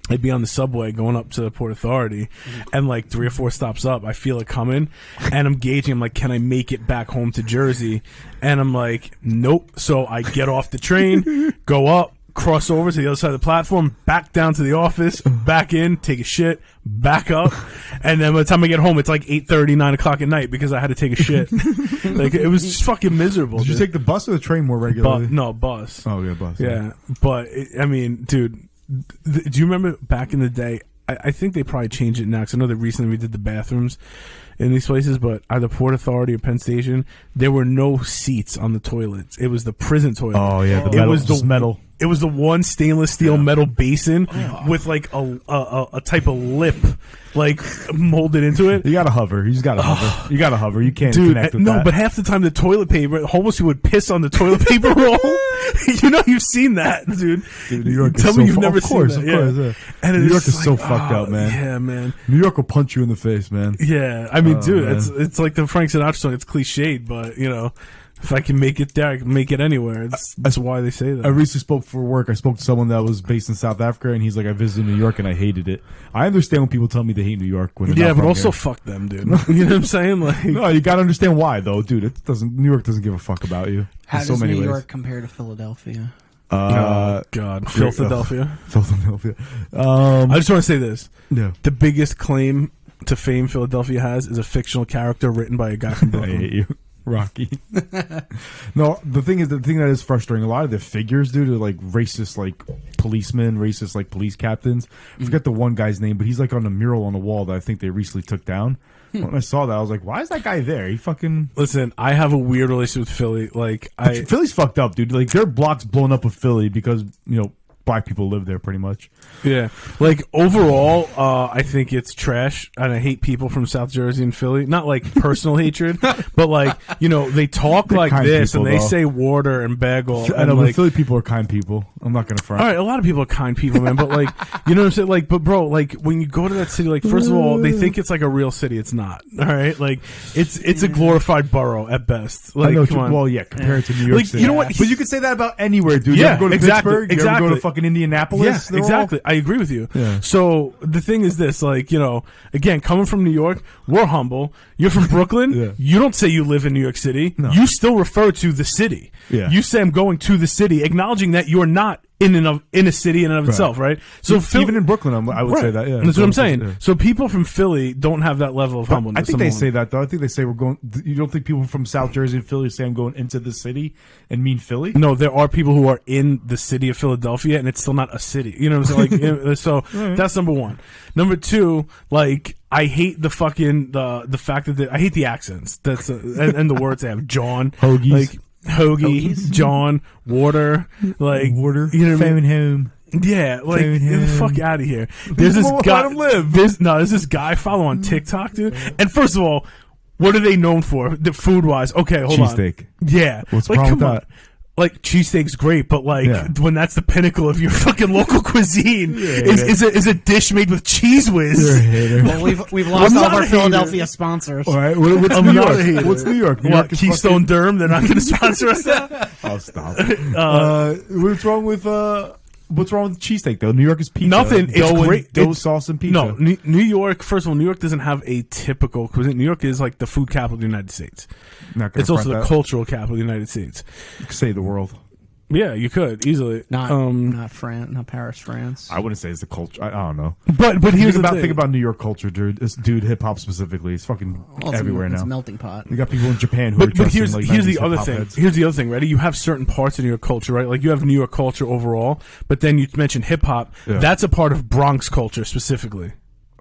Speaker 3: I'd be on the subway going up to Port Authority, and like three or four stops up, I feel it coming, and I'm gauging. I'm like, can I make it back home to Jersey? And I'm like, nope. So I get off the train, go up, cross over to the other side of the platform, back down to the office, back in, take a shit, back up, and then by the time I get home, it's like 8:30, 9 o'clock at night because I had to take a shit. like it was just fucking miserable.
Speaker 2: Did you
Speaker 3: dude.
Speaker 2: take the bus or the train more
Speaker 3: Bu-
Speaker 2: regularly?
Speaker 3: no bus?
Speaker 2: Oh yeah, bus.
Speaker 3: Yeah, but it, I mean, dude, th- do you remember back in the day? I, I think they probably changed it now because I know that recently we did the bathrooms in these places, but either Port Authority or Penn Station, there were no seats on the toilets. It was the prison toilet.
Speaker 2: Oh yeah, the
Speaker 3: it
Speaker 2: metal,
Speaker 3: was the
Speaker 2: just metal.
Speaker 3: It was the one stainless steel metal basin with like a, a- a a type of lip, like molded into it.
Speaker 2: You gotta hover. You just gotta hover. You gotta hover. You can't
Speaker 3: Dude,
Speaker 2: connect
Speaker 3: uh,
Speaker 2: with
Speaker 3: no,
Speaker 2: that.
Speaker 3: but half the time the toilet paper, homeless people would piss on the toilet paper roll. you know, you've seen that, dude.
Speaker 2: Dude, New York
Speaker 3: Tell
Speaker 2: is
Speaker 3: me
Speaker 2: so
Speaker 3: you've
Speaker 2: fu-
Speaker 3: never
Speaker 2: of course,
Speaker 3: seen
Speaker 2: of course,
Speaker 3: that. yeah.
Speaker 2: yeah.
Speaker 3: And it
Speaker 2: New York
Speaker 3: just
Speaker 2: is so
Speaker 3: like,
Speaker 2: fucked
Speaker 3: ah,
Speaker 2: up, man.
Speaker 3: Yeah, man.
Speaker 2: New York will punch you in the face, man.
Speaker 3: Yeah, I mean,
Speaker 2: Oh,
Speaker 3: dude,
Speaker 2: man.
Speaker 3: it's it's like the Frank Sinatra song. It's cliched, but you know, if I can make it there, I can make it anywhere. It's, Uh, that's why they say that.
Speaker 2: I recently spoke for work. I spoke to someone that was based in South Africa, and he's like, "I visited New York and I hated it." I understand when people tell me they hate New York. When they're
Speaker 3: yeah,
Speaker 2: not
Speaker 3: but
Speaker 2: from
Speaker 3: also
Speaker 2: here.
Speaker 3: fuck them, dude. you know what I'm saying? Like,
Speaker 2: no, you gotta understand why, though, dude. It doesn't. New York doesn't give a fuck about you.
Speaker 4: How
Speaker 2: in so
Speaker 4: does
Speaker 2: many
Speaker 4: New
Speaker 2: ways.
Speaker 4: York compare to Philadelphia?
Speaker 2: Uh,
Speaker 3: oh, God, Philadelphia.
Speaker 2: Philadelphia. Um,
Speaker 3: I just want to say this.
Speaker 2: no.
Speaker 3: the biggest claim to fame Philadelphia has is a fictional character written by a guy from
Speaker 2: I
Speaker 3: Brooklyn.
Speaker 2: hate you, Rocky. Uh-huh. no, the thing is, the thing that is frustrating a lot of the figures, dude, are like racist, like policemen, racist, like police captains. I forget the one guy's name, but he's like on a mural on the wall that I think they recently took down. When I saw that, I was like, "Why is that guy there? He fucking
Speaker 3: Listen, I have a weird relationship with Philly. Like I,
Speaker 2: Philly's fucked up, dude. Like their block's blown up with Philly because you know black people live there pretty much.
Speaker 3: yeah. Like overall, uh, I think it's trash, and I hate people from South Jersey and Philly. Not like personal hatred, but like you know they talk like
Speaker 2: kind
Speaker 3: this
Speaker 2: people,
Speaker 3: and they
Speaker 2: though.
Speaker 3: say water and bagel.
Speaker 2: I
Speaker 3: and
Speaker 2: know,
Speaker 3: like,
Speaker 2: but Philly people are kind people. I'm not gonna front.
Speaker 3: All right, a lot of people are kind people, man. But like, you know what I'm saying? Like, but bro, like when you go to that city, like first of all, they think it's like a real city. It's not. All right, like it's it's a glorified borough at best.
Speaker 2: Mm. I
Speaker 3: Like,
Speaker 2: know what
Speaker 3: come
Speaker 2: you-
Speaker 3: on.
Speaker 2: Well, yeah, compared to New York
Speaker 3: Like,
Speaker 2: City.
Speaker 3: you know what?
Speaker 2: But you could say that about anywhere, dude. you
Speaker 3: Yeah,
Speaker 2: ever go to
Speaker 3: exactly,
Speaker 2: Pittsburgh? You ever go
Speaker 3: exactly.
Speaker 2: to fucking Indianapolis?
Speaker 3: Yes,
Speaker 2: They're all-
Speaker 3: exactly. I agree with you.
Speaker 2: Yeah.
Speaker 3: So the thing is this, like, you know, again, coming from New York, we're humble. You're from Brooklyn.
Speaker 2: Yeah.
Speaker 3: You don't say you live in New York City.
Speaker 2: No.
Speaker 3: You still refer to the city.
Speaker 2: Yeah.
Speaker 3: You say I'm going to the city, acknowledging that you're not in and of in a city in and of itself, right? So Phil-
Speaker 2: E-, even in Brooklyn, I'm, I would say
Speaker 3: Right.
Speaker 2: that. Yeah,
Speaker 3: That's what I'm
Speaker 2: Brooklyn's-
Speaker 3: saying.
Speaker 2: yeah.
Speaker 3: So people from Philly don't have that level of humbleness.
Speaker 2: I think they
Speaker 3: number one.
Speaker 2: say that though. I think they say we're going. You don't think people from South Jersey and Philly say I'm going into the city and mean Philly?
Speaker 3: No, there are people who are in the city of Philadelphia, and it's still not a city. You know what I'm saying? Like, uh, so that's number one. Number two, like I hate the fucking the the fact that they, I hate the accents. That's uh, and, and the words they have. John
Speaker 2: Hoagies.
Speaker 3: like hoagie, John water, like
Speaker 2: Water,
Speaker 3: You know what I mean?
Speaker 2: home.
Speaker 3: Yeah, like
Speaker 2: Food,
Speaker 3: get the
Speaker 2: yeah.
Speaker 3: fuck out of here. There's this
Speaker 2: Well, let
Speaker 3: guy.
Speaker 2: him live. Mm.
Speaker 3: There's, no, there's this guy I follow on TikTok, dude. And first of all, what are they known for? The food wise, okay, hold on.
Speaker 2: Cheesesteak.
Speaker 3: Yeah,
Speaker 2: What's wrong with that?
Speaker 3: Like cheesesteak's great, but like
Speaker 2: Yeah.
Speaker 3: when that's the pinnacle of your fucking local cuisine is,
Speaker 2: yeah.
Speaker 3: is a is a dish made with cheese whiz.
Speaker 2: You're a hater.
Speaker 4: Well, we've we've lost
Speaker 3: I'm
Speaker 4: all
Speaker 3: not
Speaker 4: of our
Speaker 3: a hater.
Speaker 4: Philadelphia sponsors.
Speaker 2: All right, what, what's
Speaker 3: I'm
Speaker 2: New
Speaker 3: not a
Speaker 2: York?
Speaker 3: hater.
Speaker 2: What's New York? New
Speaker 3: What
Speaker 2: York is
Speaker 3: Keystone Durham? They're not going to sponsor us. Now?
Speaker 2: Fucking, oh, stop. Uh, what's wrong with uh? What's wrong with cheesesteak though? New York is pizza.
Speaker 3: Nothing. It's
Speaker 2: Dough and-
Speaker 3: great.
Speaker 2: Dough,
Speaker 3: It's-
Speaker 2: sauce, and pizza.
Speaker 3: No, New, New York. First of all, New York doesn't have a typical cuisine. New York is like the food capital of the United States.
Speaker 2: Not gonna
Speaker 3: It's also the
Speaker 2: front
Speaker 3: cultural capital of the United States.
Speaker 2: that. say the world.
Speaker 3: Yeah, you could easily.
Speaker 4: Not
Speaker 3: um,
Speaker 4: not France, not Paris, France.
Speaker 2: I wouldn't say it's the culture. I, I don't know.
Speaker 3: but but
Speaker 2: Here's
Speaker 3: here's
Speaker 2: about think
Speaker 3: the thing.
Speaker 2: about New York culture, dude. This dude, hip hop specifically, it's fucking
Speaker 4: Well, it's a-
Speaker 2: everywhere
Speaker 4: it's
Speaker 2: now.
Speaker 4: a melting pot.
Speaker 2: You got people in Japan who are
Speaker 3: But, but
Speaker 2: dressed
Speaker 3: here's
Speaker 2: in, like,
Speaker 3: here's the
Speaker 2: 90s
Speaker 3: other
Speaker 2: hip-hop
Speaker 3: thing.
Speaker 2: heads.
Speaker 3: Here's the other thing. Ready? You have certain parts of New York culture, right? Like you have New York culture overall, but then you mentioned hip hop.
Speaker 2: Yeah.
Speaker 3: That's a part of Bronx culture specifically.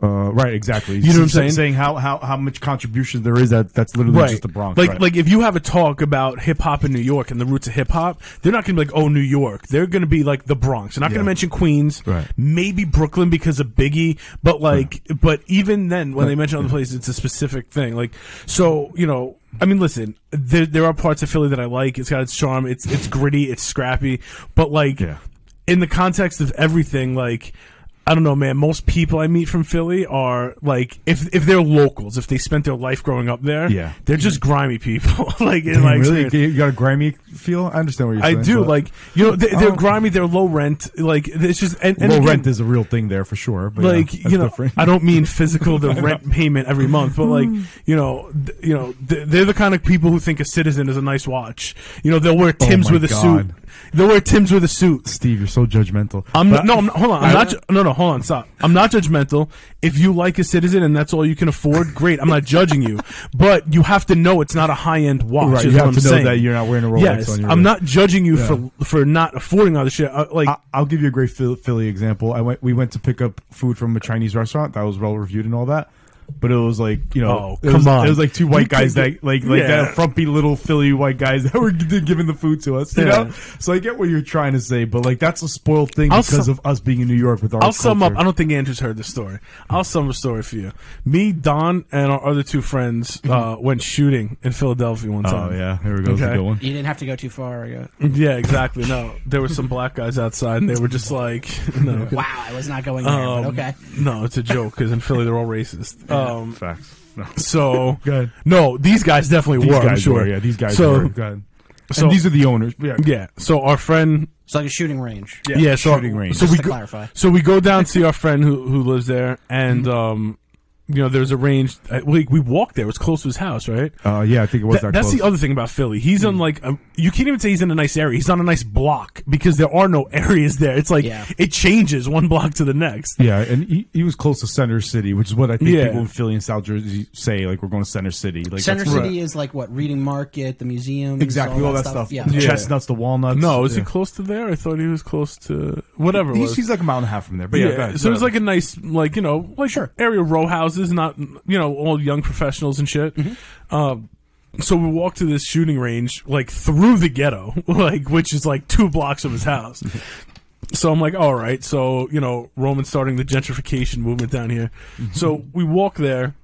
Speaker 2: Uh, right, exactly.
Speaker 3: You know what I'm
Speaker 2: Sa-
Speaker 3: saying?
Speaker 2: Saying how, how, how much contribution there is that that's literally
Speaker 3: right.
Speaker 2: just the Bronx.
Speaker 3: Like
Speaker 2: right.
Speaker 3: like if you have a talk about hip hop in New York and the roots of hip hop, they're not going to be like, "Oh, New York." They're going to be like the Bronx. They're not going
Speaker 2: Yeah.
Speaker 3: to mention Queens,
Speaker 2: Right.
Speaker 3: maybe Brooklyn because of Biggie, but like but even then when they mention other places, it's a specific thing. Like so, you know, I mean, listen, there there are parts of Philly that I like. It's got its charm. It's it's gritty, it's scrappy, but like
Speaker 2: Yeah.
Speaker 3: in the context of everything, like I don't know, man. Most people I meet from Philly are like, if if they're locals, if they spent their life growing up there,
Speaker 2: Yeah.
Speaker 3: they're just grimy people. like in
Speaker 2: Damn,
Speaker 3: my
Speaker 2: really?
Speaker 3: experience.
Speaker 2: You got a Grammy feel? I understand what you're
Speaker 3: I
Speaker 2: saying.
Speaker 3: do
Speaker 2: but
Speaker 3: like you know they,
Speaker 2: I
Speaker 3: they're
Speaker 2: don't-
Speaker 3: grimy, they're low rent. Like it's just and, and
Speaker 2: Um, low
Speaker 3: again,
Speaker 2: rent is a real thing there for sure. But
Speaker 3: like
Speaker 2: yeah, that's
Speaker 3: you know
Speaker 2: different. Mm.
Speaker 3: i don't mean physical the rent payment every month but like you know th- you know th- they're the kind of people who think a citizen is a nice watch you know they'll wear tims
Speaker 2: Oh my
Speaker 3: with a
Speaker 2: God.
Speaker 3: suit they'll wear tims with a suit
Speaker 2: Steve, you're so judgmental.
Speaker 3: I'm
Speaker 2: But-
Speaker 3: not, no, I'm not, hold on. I'm not, ju- no, no, hold on. Stop. I'm not judgmental. If you like a citizen and that's all you can afford, great. I'm not judging you, but you have to know it's not a high end watch.
Speaker 2: Right,
Speaker 3: is
Speaker 2: you
Speaker 3: what
Speaker 2: have
Speaker 3: I'm
Speaker 2: to know
Speaker 3: saying.
Speaker 2: that you're not wearing a Rolex
Speaker 3: Yes,
Speaker 2: on your
Speaker 3: I'm
Speaker 2: wrist.
Speaker 3: not judging you for for not affording all this shit. Uh, like,
Speaker 2: I, I'll give you a great Phil- Philly example. I went. We went to pick up food from a Chinese restaurant that was well reviewed and all that. But it was like you know,
Speaker 3: Oh,
Speaker 2: it was,
Speaker 3: come on.
Speaker 2: It was like two white
Speaker 3: You
Speaker 2: guys
Speaker 3: could
Speaker 2: that like like
Speaker 3: Yeah.
Speaker 2: that frumpy little Philly white guys that were g- giving the food to us. You
Speaker 3: Yeah.
Speaker 2: know, so I get what you're trying to say, but like that's a spoiled thing
Speaker 3: I'll
Speaker 2: because
Speaker 3: sum-
Speaker 2: of us being in New York with our.
Speaker 3: I'll sum up.
Speaker 2: culture.
Speaker 3: I don't think Andrew's heard this story. I'll sum the story for you. Me, Don, and our other two friends uh, went shooting in Philadelphia one
Speaker 2: Mm-hmm. Oh
Speaker 3: time.
Speaker 2: yeah, here we go. That's a
Speaker 3: Okay.
Speaker 2: good one.
Speaker 4: You didn't have to go too far. ago.
Speaker 3: Yeah, exactly. No, there were some black guys outside, and they were just like, no,
Speaker 4: Wow, I was not going there. but
Speaker 3: Um,
Speaker 4: okay.
Speaker 3: No, it's a joke because in Philly they're all racist. Um,
Speaker 2: Facts. No.
Speaker 3: so
Speaker 2: Go ahead.
Speaker 3: no, these guys definitely
Speaker 2: These
Speaker 3: were. I'm
Speaker 2: guys
Speaker 3: sure.
Speaker 2: were, yeah, these guys
Speaker 3: So
Speaker 2: were. Go ahead.
Speaker 3: so-
Speaker 2: and these are the owners. Yeah.
Speaker 3: yeah. So our friend.
Speaker 4: It's like a shooting range.
Speaker 3: Yeah. so
Speaker 2: Shooting range.
Speaker 3: so
Speaker 4: Just
Speaker 3: we
Speaker 4: to
Speaker 3: go,
Speaker 4: clarify.
Speaker 3: So we go down see our friend who who lives there, and
Speaker 2: Mm-hmm.
Speaker 3: um, you know, there's a range. I- We we walked there. It was close to his house, right?
Speaker 2: Uh, yeah, I think it was
Speaker 3: That-
Speaker 2: that.
Speaker 3: that's
Speaker 2: close. Mm.
Speaker 3: the other thing about Philly. He's in like a, you can't even say he's in a nice area. He's on a nice block because there are no areas there. It's like
Speaker 4: Yeah.
Speaker 3: it changes one block to the next.
Speaker 2: Yeah, and he, he was close to Center City, which is what I think
Speaker 3: Yeah.
Speaker 2: people in Philly and South Jersey say. Like we're going to Center City, like
Speaker 4: Center
Speaker 2: that's-
Speaker 4: City is like what Reading Market, the museum,
Speaker 2: exactly all, that stuff.
Speaker 4: Yeah.
Speaker 2: The
Speaker 3: Yeah.
Speaker 2: chestnuts, the walnuts.
Speaker 3: No, is
Speaker 2: yeah.
Speaker 3: he close to there? I thought he was close to whatever. it
Speaker 2: He's,
Speaker 3: was.
Speaker 2: he's like a mile and a half from there, but yeah,
Speaker 3: Yeah,
Speaker 2: go ahead.
Speaker 3: so it was like a nice, like you know, like area row houses, not you know, all young professionals and shit.
Speaker 2: Mm-hmm.
Speaker 3: Um, so we walked to this shooting range, like through the ghetto, like which is like two blocks of his house.
Speaker 2: Mm-hmm.
Speaker 3: So I'm like, all right, so you know, Roman's starting the gentrification movement down here.
Speaker 2: Mm-hmm.
Speaker 3: So we walk there,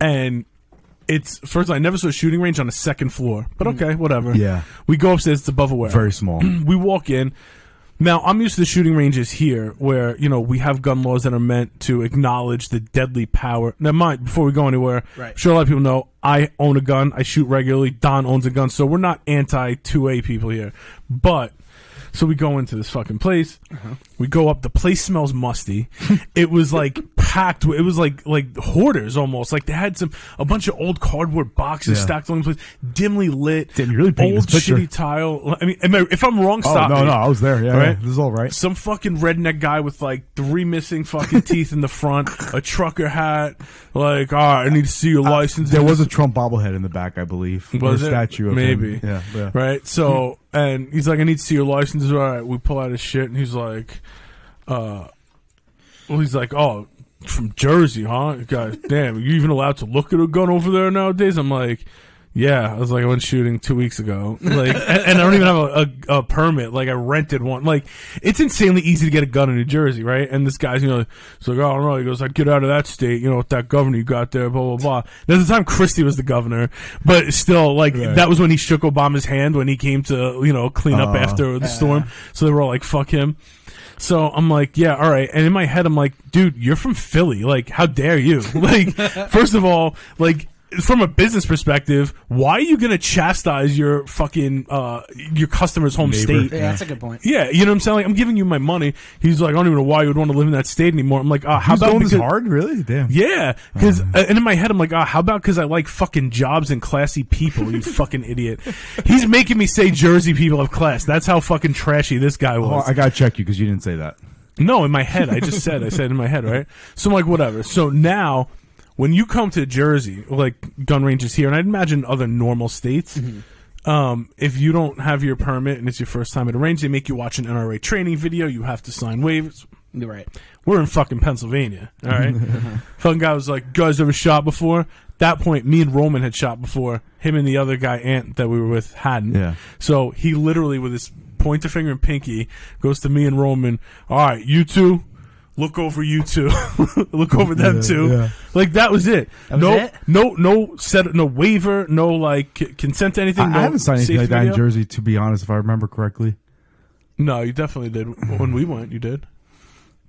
Speaker 3: and it's first. I never saw a shooting range on a second floor, but okay, whatever.
Speaker 2: Mm. Yeah.
Speaker 3: we go upstairs. It's above a warehouse
Speaker 2: very small.
Speaker 3: we walk in. Now I'm used to the shooting ranges here, where you know we have gun laws that are meant to acknowledge the deadly power. Now, mind before we go anywhere,
Speaker 4: Right.
Speaker 3: I'm sure a lot of people know I own a gun. I shoot regularly. Don owns a gun, so we're not anti two A people here. But so we go into this fucking place.
Speaker 2: Uh-huh.
Speaker 3: We go up. The place smells musty. it was like packed. with- It was like like hoarders almost. Like they had some a bunch of old cardboard boxes
Speaker 2: Yeah.
Speaker 3: stacked all over the place, dimly lit.
Speaker 2: Damn, you're really painting
Speaker 3: old
Speaker 2: this picture.
Speaker 3: shitty tile. I mean, am I- if I'm wrong,
Speaker 2: oh
Speaker 3: stop
Speaker 2: no,
Speaker 3: me.
Speaker 2: no, I was there. Yeah,
Speaker 3: All right.
Speaker 2: yeah, this is all right.
Speaker 3: Some fucking redneck guy with like three missing fucking teeth in the front, a trucker hat. Like, all right, I need to see your license.
Speaker 2: Ah, There was a Trump bobblehead in the back, I believe. or a
Speaker 3: Was it?
Speaker 2: statue of
Speaker 3: Maybe.
Speaker 2: him. Yeah, yeah.
Speaker 3: right. So, and he's like, I need to see your license. All right, we pull out his shit, and he's like, uh, well, he's like, oh, from Jersey, huh? God damn, are you even allowed to look at a gun over there nowadays? I'm like. Yeah, I was like, I went shooting two weeks ago, like, and, and I don't even have a, a, a permit. Like, I rented one. Like, it's insanely easy to get a gun in New Jersey, right? And this guy's, you know, it's like, oh no, he goes, I get out of that state, you know, with that governor you got there, blah blah blah. There's the time Christie was the governor, but still, like, that was when he shook Obama's hand when he came to, you know, clean up
Speaker 2: Uh,
Speaker 3: after the storm. So they were all like, fuck him. So I'm like, yeah, all right. And in my head, I'm like, dude, you're from Philly. Like, how dare you? Like, first of all, like, from a business perspective, why are you gonna chastise your fucking uh your customer's home
Speaker 2: Neighbor.
Speaker 3: state?
Speaker 4: Yeah, that's a good point.
Speaker 3: Yeah, you know what I'm saying? Like, I'm giving you my money. He's like, I don't even know why you would want to live in that state anymore. I'm like, uh, how
Speaker 2: He's
Speaker 3: about
Speaker 2: going this
Speaker 3: because-
Speaker 2: hard, Oh, really? Damn.
Speaker 3: Yeah, because and in my head I'm like, ah, how about because I like fucking jobs and classy people? You fucking idiot. He's making me say Jersey people of class. That's how fucking trashy this guy was.
Speaker 2: Oh, I gotta check you because you didn't say that.
Speaker 3: No, in my head. I just said. I said in my head, right? So I'm like, whatever. So now, when you come to Jersey, like gun ranges here, and I'd imagine other normal states, um, if you don't have your permit and it's your first time at a range, they make you watch an NRA training video. You have to sign waivers.
Speaker 4: You're right.
Speaker 3: We're in fucking Pennsylvania. All right. fucking guy was like, guys ever shot before? At that point, me and Roman had shot before. Him and the other guy, Ant, that we were with, hadn't.
Speaker 2: Yeah.
Speaker 3: So he literally, with his pointer finger and pinky, goes to me and Roman, all right, you two, look over you two. look over them
Speaker 2: Yeah,
Speaker 3: two.
Speaker 2: yeah.
Speaker 3: Like, that was it.
Speaker 4: was
Speaker 3: no,
Speaker 4: it?
Speaker 3: no, no, set, no waiver, no, like, c- consent to anything.
Speaker 2: I,
Speaker 3: no
Speaker 2: I haven't signed anything
Speaker 3: safety
Speaker 2: like that in
Speaker 3: video.
Speaker 2: Jersey, to be honest, if I remember correctly.
Speaker 3: No, you definitely did. When we went, you did.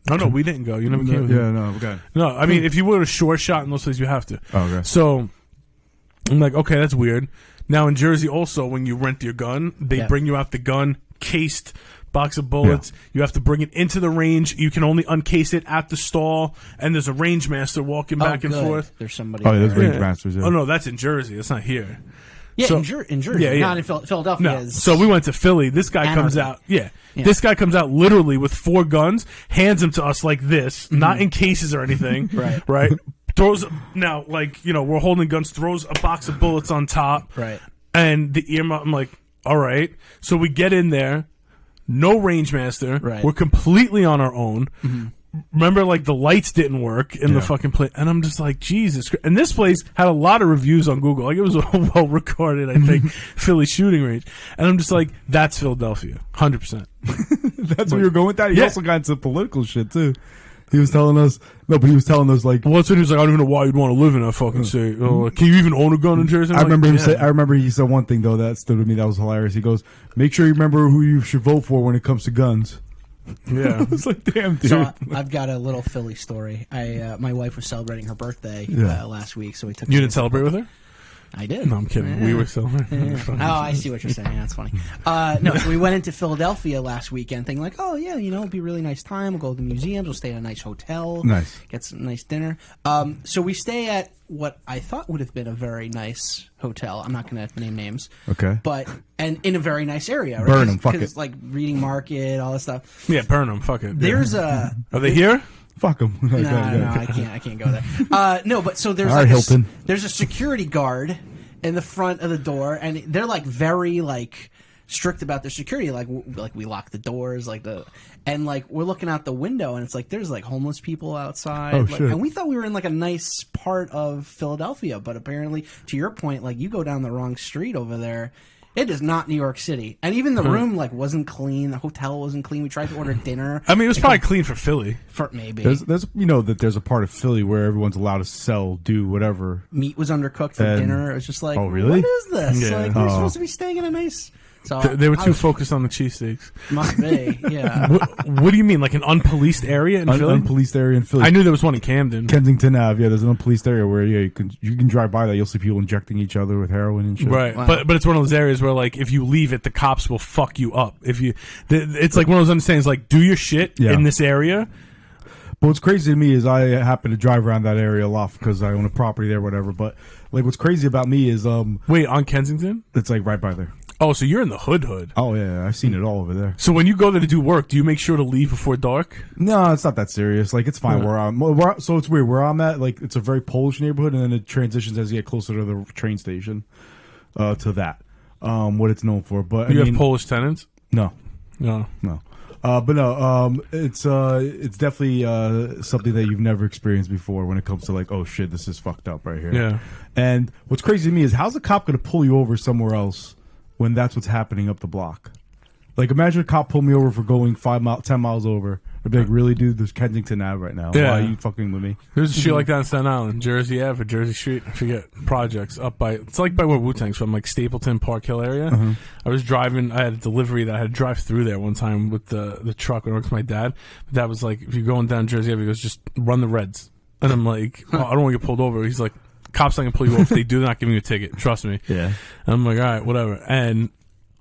Speaker 3: No, no, we didn't go. You never came with me.
Speaker 2: yeah, no, okay.
Speaker 3: No, I mean, if you were a short shot in those places, you have to.
Speaker 2: Hmm. Oh, okay.
Speaker 3: So I'm like, okay, that's weird. Now in Jersey, also, when you rent your gun, they
Speaker 4: Yeah.
Speaker 3: bring you out the gun cased box of bullets. You have to bring it into the range. You can only uncase it at the stall, and there's a range master walking
Speaker 4: Oh,
Speaker 3: back and
Speaker 4: good.
Speaker 3: forth.
Speaker 4: There's somebody.
Speaker 2: Oh, yeah, that's
Speaker 4: there.
Speaker 2: very- Range masters, yeah.
Speaker 3: Oh no, that's in Jersey. That's not here.
Speaker 4: yeah
Speaker 3: so-
Speaker 4: in, Jer- in Jersey,
Speaker 3: Yeah, yeah.
Speaker 4: not in Phil- Philadelphia.
Speaker 3: No.
Speaker 4: Is,
Speaker 3: So we went to Philly. This guy comes
Speaker 4: Anarchy.
Speaker 3: out. Yeah.
Speaker 4: Yeah.
Speaker 3: This guy comes out literally with four guns, hands them to us like this, not in cases or anything.
Speaker 4: Mm-hmm. Right.
Speaker 3: Right. Throws now, like you know, we're holding guns. Throws a box of bullets on top.
Speaker 4: Right.
Speaker 3: And the earmuff. I'm like, all right. So we get in there. No range master.
Speaker 4: Right.
Speaker 3: We're completely on our own. Remember, like the lights didn't work in the fucking place, and I'm just like, Jesus! Christ. And this place had a lot of reviews on Google. Like it was a well recorded, I think, Philly shooting range, and I'm just like, that's Philadelphia, hundred percent.
Speaker 2: That's where you were going with that. He
Speaker 3: Yeah.
Speaker 2: also got into political shit too. He was telling us no, but he was telling us like
Speaker 3: Well, that's when he was like, I don't even know why you'd want to live in that fucking state. Oh, like, can you even own a gun in Jersey? I'm
Speaker 2: I
Speaker 3: like,
Speaker 2: remember him
Speaker 3: "Yeah."
Speaker 2: say I remember he said one thing though that stood with me that was hilarious. He goes, "Make sure you remember who you should vote for when it comes to guns."
Speaker 3: yeah.
Speaker 2: It's like, damn, dude.
Speaker 4: So I, I've got a little Philly story. I uh, my wife was celebrating her birthday
Speaker 2: Yeah.
Speaker 4: uh, last week, so we took.
Speaker 3: You
Speaker 4: her
Speaker 3: didn't
Speaker 4: to-
Speaker 3: celebrate with her?
Speaker 4: I did.
Speaker 3: No, I'm kidding. We
Speaker 4: Yeah.
Speaker 3: were celebrating.
Speaker 4: Oh, I see what you're saying. That's funny. Uh, no, so we went into Philadelphia last weekend, thinking like, oh yeah, you know, it'll be a really nice time. We'll go to the museums. We'll stay at a nice hotel.
Speaker 2: Nice.
Speaker 4: Get some nice dinner. Um, so we stay at what I thought would have been a very nice hotel. I'm not going to name names.
Speaker 2: Okay.
Speaker 4: But and in a very nice area. Right?
Speaker 2: Burnham,
Speaker 4: 'Cause-
Speaker 2: fuck
Speaker 4: 'cause,
Speaker 2: it.
Speaker 4: Like Reading Market, all this stuff.
Speaker 3: Yeah, burn them. Fuck it.
Speaker 4: There's a
Speaker 3: Are they here?
Speaker 2: Fuck him. Like
Speaker 4: no,
Speaker 2: that,
Speaker 4: no,
Speaker 2: yeah.
Speaker 4: I can't. I can't go there. Uh, no, but so there's
Speaker 2: All right,
Speaker 4: like a s-
Speaker 2: Hilton.
Speaker 4: there's a security guard in the front of the door, and they're like very like strict about their security. Like w- like we lock the doors, like the and like we're looking out the window, and it's like there's like homeless people outside.
Speaker 2: Oh,
Speaker 4: like,
Speaker 2: shit.
Speaker 4: And we thought we were in like a nice part of Philadelphia, but apparently, to your point, like you go down the wrong street over there. It is not New York City, and even the room like wasn't clean. The hotel wasn't clean. We tried to order dinner.
Speaker 3: I mean, it was probably clean for Philly.
Speaker 4: for maybe
Speaker 2: There's, there's, you know that there's a part of Philly where everyone's allowed to sell, do whatever.
Speaker 4: meat was undercooked for
Speaker 2: And-
Speaker 4: dinner. It was just like,
Speaker 2: Oh, really?
Speaker 4: What is this?
Speaker 3: Yeah.
Speaker 4: Like, we're
Speaker 2: Oh.
Speaker 4: supposed to be staying in a nice. So
Speaker 3: They, they were
Speaker 4: Uh, I
Speaker 3: too
Speaker 4: was-
Speaker 3: focused on the cheesesteaks.
Speaker 4: Must be, yeah.
Speaker 3: what, what do you mean, like an unpoliced area in
Speaker 2: Un-
Speaker 3: Philly?
Speaker 2: unpoliced area in Philly.
Speaker 3: I knew there was one in Camden.
Speaker 2: Kensington Ave. Yeah, there's an unpoliced area where yeah, you can you can drive by that. You'll see people injecting each other with heroin and shit.
Speaker 3: Right,
Speaker 4: Wow.
Speaker 3: but but it's one of those areas where like if you leave it, the cops will fuck you up. If you, th- it's like one of those understandings. Like, do your shit
Speaker 2: Yeah.
Speaker 3: in this area.
Speaker 2: But what's crazy to me is I happen to drive around that area a lot because I own a property there, whatever. But like, what's crazy about me is um,
Speaker 3: Wait, on Kensington?
Speaker 2: it's like right by there.
Speaker 3: Oh, so you're in the hood hood.
Speaker 2: Oh yeah, I've seen it all over there.
Speaker 3: So when you go there to do work, do you make sure to leave before dark?
Speaker 2: No, it's not that serious. Like it's fine where I'm. Where, so it's weird where I'm at. Like it's a very Polish neighborhood, and then it transitions as you get closer to the train station uh, to that. Um, what it's known for, but I
Speaker 3: You
Speaker 2: mean,
Speaker 3: have Polish tenants.
Speaker 2: no,
Speaker 3: No.
Speaker 2: no. Uh, but no, um, it's uh, it's definitely uh, something that you've never experienced before when it comes to like, oh shit, this is fucked up right here.
Speaker 3: Yeah.
Speaker 2: And what's crazy to me is how's a cop going to pull you over somewhere else when that's what's happening up the block? Like, imagine a cop pulled me over for going five mile, ten miles over. I'd be like, really, dude, there's Kensington Ave right now.
Speaker 3: Yeah.
Speaker 2: Why are you fucking with me?
Speaker 3: There's a shit like that in Staten Island, Jersey Ave or Jersey Street. I forget projects up by. It's like by where Wu Tang's from, like Stapleton Park Hill area. I was driving. I had a delivery that I had to drive through there one time with the the truck when I worked with my dad. My dad was like, "If you're going down Jersey Ave, he goes just run the reds." And I'm like, "Oh, "I don't want to get pulled over." He's like, "Cops not gonna pull you over. If they do, they're not giving you a ticket. Trust me."
Speaker 2: Yeah.
Speaker 3: And I'm like, all right, whatever. And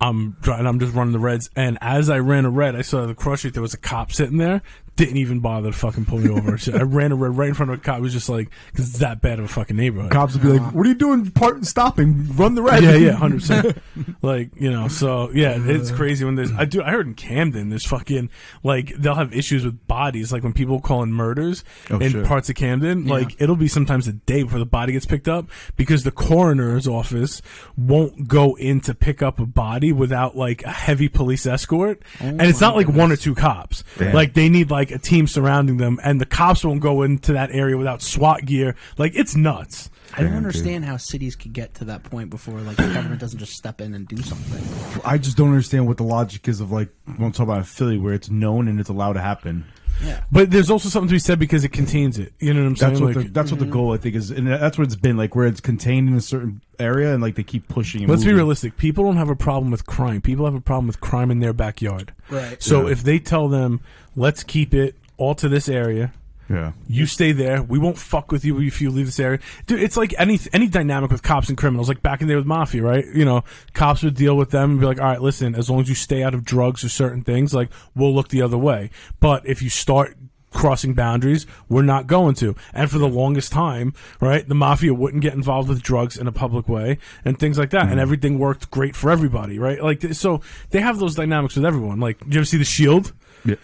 Speaker 3: I'm driving, I'm just running the reds. And as I ran a red, I saw the cross street. There was a cop sitting there. Didn't even bother to fucking pull me over. so I ran a red right in front of a cop. It was just like, because it's that bad of a fucking neighborhood.
Speaker 2: Cops would be like, what are you doing? Part stopping, run the red.
Speaker 3: Yeah, yeah, hundred percent. Like you know, so yeah, it's
Speaker 2: Uh.
Speaker 3: crazy when there's. I do. I heard in Camden, there's fucking like they'll have issues with bodies, like when people call in murders
Speaker 2: Oh,
Speaker 3: in
Speaker 2: shit.
Speaker 3: parts of Camden. Like it'll be sometimes a day before the body gets picked up because the coroner's office won't go in to pick up a
Speaker 2: Oh
Speaker 3: body without like a heavy police escort, and it's not like one or two cops. Like they need like like a team surrounding them, and the cops won't go into that area without SWAT gear. Like it's nuts.
Speaker 4: I don't understand how cities could get to that point before like the government doesn't just step in and do something.
Speaker 2: I just don't understand what the logic is of like when I'm talking about Philly, where it's known and it's allowed to happen.
Speaker 4: Yeah.
Speaker 3: But there's also something to be said because it contains it. You know what I'm saying?
Speaker 2: That's what
Speaker 3: Like,
Speaker 2: the, that's what the goal I think is, and that's what it's been like, where it's contained in a certain area, and like they keep pushing. And
Speaker 3: Let's be
Speaker 2: moving.
Speaker 3: realistic. People don't have a problem with crime. People have a problem with crime in their backyard.
Speaker 4: Right.
Speaker 3: So
Speaker 2: Yeah.
Speaker 3: if they tell them, "Let's keep it all to this area,"
Speaker 2: Yeah,
Speaker 3: you stay there. We won't fuck with you if you leave this area, dude. It's like any any dynamic with cops and criminals. Like back in the day with mafia, right? You know, cops would deal with them and be like, "All right, listen, as long as you stay out of drugs or certain things, like we'll look the other way." But if you start crossing boundaries, we're not going to. And for the longest time, right, the mafia wouldn't get involved with drugs in a public way and things like that. And everything worked great for everybody, right? Like th- so, they have those dynamics with everyone. Like, you ever see The Shield?
Speaker 2: yeah.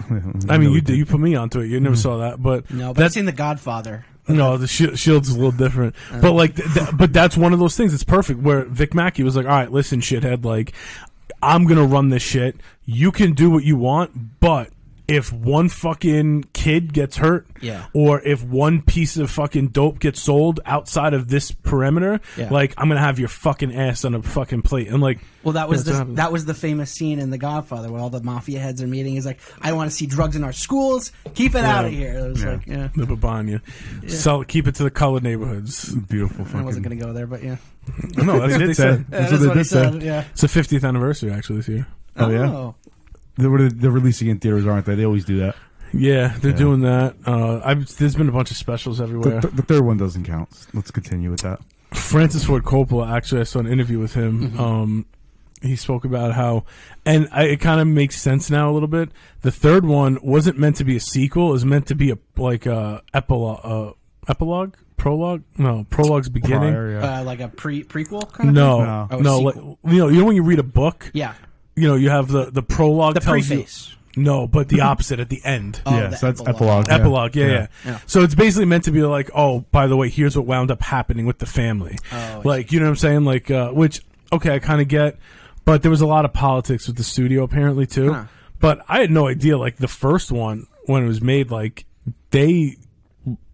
Speaker 3: I mean, you did, you put me onto it. You never saw that, but
Speaker 4: No, but
Speaker 3: that's
Speaker 4: I've seen The Godfather.
Speaker 3: no, the shi shield's a little different,
Speaker 4: Uh.
Speaker 3: but like, th- th- but that's one of those things. It's perfect where Vic Mackey was like, "All right, listen, shithead, like, I'm gonna run this shit. You can do what you want, but if one fucking kid gets hurt,
Speaker 4: Yeah.
Speaker 3: or if one piece of fucking dope gets sold outside of this perimeter,
Speaker 4: Yeah.
Speaker 3: like, I'm gonna have your fucking ass on a fucking plate." And like,
Speaker 4: Well, that was
Speaker 3: That's what
Speaker 4: the,
Speaker 3: happened.
Speaker 4: that was the famous scene in The Godfather where all the mafia heads are meeting. He's like, "I want to see drugs in our schools. Keep it out of here." It was like, yeah,
Speaker 3: the Babanya, sell, keep it to the color neighborhoods.
Speaker 2: beautiful.
Speaker 4: I
Speaker 2: Fucking,
Speaker 4: wasn't gonna go there, but yeah,
Speaker 3: No, that's what they said.
Speaker 2: That's what they did say.
Speaker 4: Yeah.
Speaker 3: It's the 50th anniversary actually this year.
Speaker 2: Oh yeah, they were they're releasing in theaters, aren't they? They always do that.
Speaker 3: Yeah, they're doing that. Uh, I've, there's been a bunch of specials everywhere.
Speaker 2: The, th- the third one doesn't count. Let's continue with that.
Speaker 3: Francis Ford Coppola, actually, I saw an interview with him. Um, he spoke about how, and I, it kind of makes sense now a little bit. The third one wasn't meant to be a sequel; it was meant to be a like a epilogue, uh, epilogue, prologue. No, prologue's beginning.
Speaker 2: Prior, yeah.
Speaker 4: Uh, like a pre prequel kind of thing?
Speaker 3: No,
Speaker 4: Oh,
Speaker 3: no,
Speaker 4: a
Speaker 3: like,
Speaker 4: sequel.
Speaker 3: you know, you know when you read a book,
Speaker 4: yeah,
Speaker 3: you know you have the the prologue
Speaker 4: the
Speaker 3: tells
Speaker 4: preface.
Speaker 3: you no, but the opposite at the end.
Speaker 4: Oh,
Speaker 2: yeah,
Speaker 4: the
Speaker 2: so that's
Speaker 4: epilogue.
Speaker 2: epilogue.
Speaker 3: epilogue. Yeah. Yeah,
Speaker 4: Yeah.
Speaker 3: So it's basically meant to be like, oh, by the way, here's what wound up happening with the family.
Speaker 4: I
Speaker 3: like, you know what I'm saying? Like, uh, which okay, I kind of get, but there was a lot of politics with the studio apparently too.
Speaker 4: Huh.
Speaker 3: But I had no idea. Like the first one when it was made, like they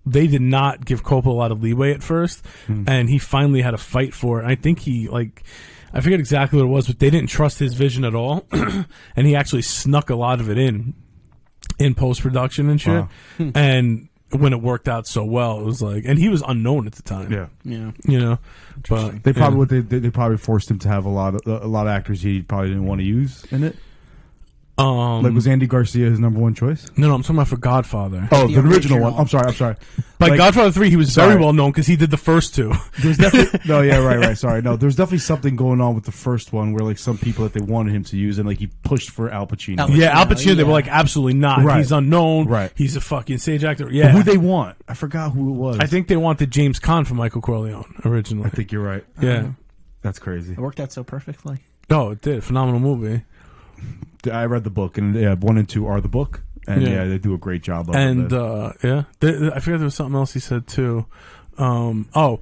Speaker 3: they did not give Coppola a lot of leeway at first,
Speaker 2: Hmm.
Speaker 3: and he finally had a fight for it. And I think he like. I forget exactly what it was, but they didn't trust his vision at all, and he actually snuck a lot of it in in post production and shit.
Speaker 2: Wow. Hmm.
Speaker 3: and when it worked out so well, it was like, and he was unknown at the time.
Speaker 2: yeah.
Speaker 4: Yeah.
Speaker 3: you know, but
Speaker 2: They probably
Speaker 3: yeah.
Speaker 2: would- they, they, they probably forced him to have a lot of a lot of actors he probably didn't want to use in it.
Speaker 3: um
Speaker 2: Like was Andy Garcia his number one choice?
Speaker 3: no, no, I'm talking about for Godfather.
Speaker 2: Oh, the,
Speaker 4: original.
Speaker 2: original one. I'm sorry. I'm sorry.
Speaker 3: By Godfather three, he was very
Speaker 2: Sorry.
Speaker 3: well known because he did the first two.
Speaker 2: There's definitely no, yeah, right, right. Sorry, no. There's definitely something going on with the first one where like some people that they wanted him to use and like he pushed for Al Pacino.
Speaker 4: Al-
Speaker 3: yeah, Al
Speaker 4: Yeah,
Speaker 3: Pacino, they were
Speaker 4: yeah.
Speaker 3: like, absolutely not.
Speaker 2: Right.
Speaker 3: He's unknown.
Speaker 2: Right.
Speaker 3: He's a fucking stage actor.
Speaker 2: But
Speaker 3: Yeah,
Speaker 2: Who they want? I forgot who it was.
Speaker 3: I think they wanted James Caan for Michael Corleone originally.
Speaker 2: I think you're right.
Speaker 3: yeah.
Speaker 2: That's crazy.
Speaker 4: It worked out so perfectly.
Speaker 3: Oh, it did. Phenomenal movie.
Speaker 2: I read the book and yeah, one and two are the book, and
Speaker 3: Yeah.
Speaker 2: yeah, they do a great job. Of
Speaker 3: and
Speaker 2: it.
Speaker 3: uh, yeah, There- there- I forget there was something else he said too. Um, oh,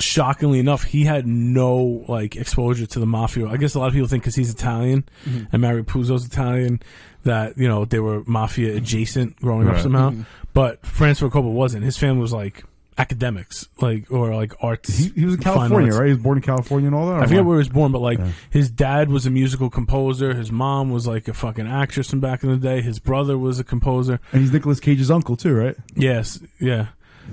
Speaker 3: shockingly enough, he had no like exposure to the mafia. I guess a lot of people think because he's Italian
Speaker 2: Mm-hmm.
Speaker 3: and Mario Puzo's Italian that you know they were mafia adjacent growing up
Speaker 2: Right.
Speaker 3: somehow. But Francis Ford Coppola wasn't. His family was like academics, like or like arts.
Speaker 2: he, he was in
Speaker 3: fine
Speaker 2: California,
Speaker 3: arts.
Speaker 2: right? He was born in California and all that. or
Speaker 3: I forget
Speaker 2: what?
Speaker 3: where he was born, but like his dad was a musical composer. His mom was like a fucking actress from back in the day. His brother was a composer.
Speaker 2: and he's Nicolas Cage's uncle too, right?
Speaker 3: Yes, yeah.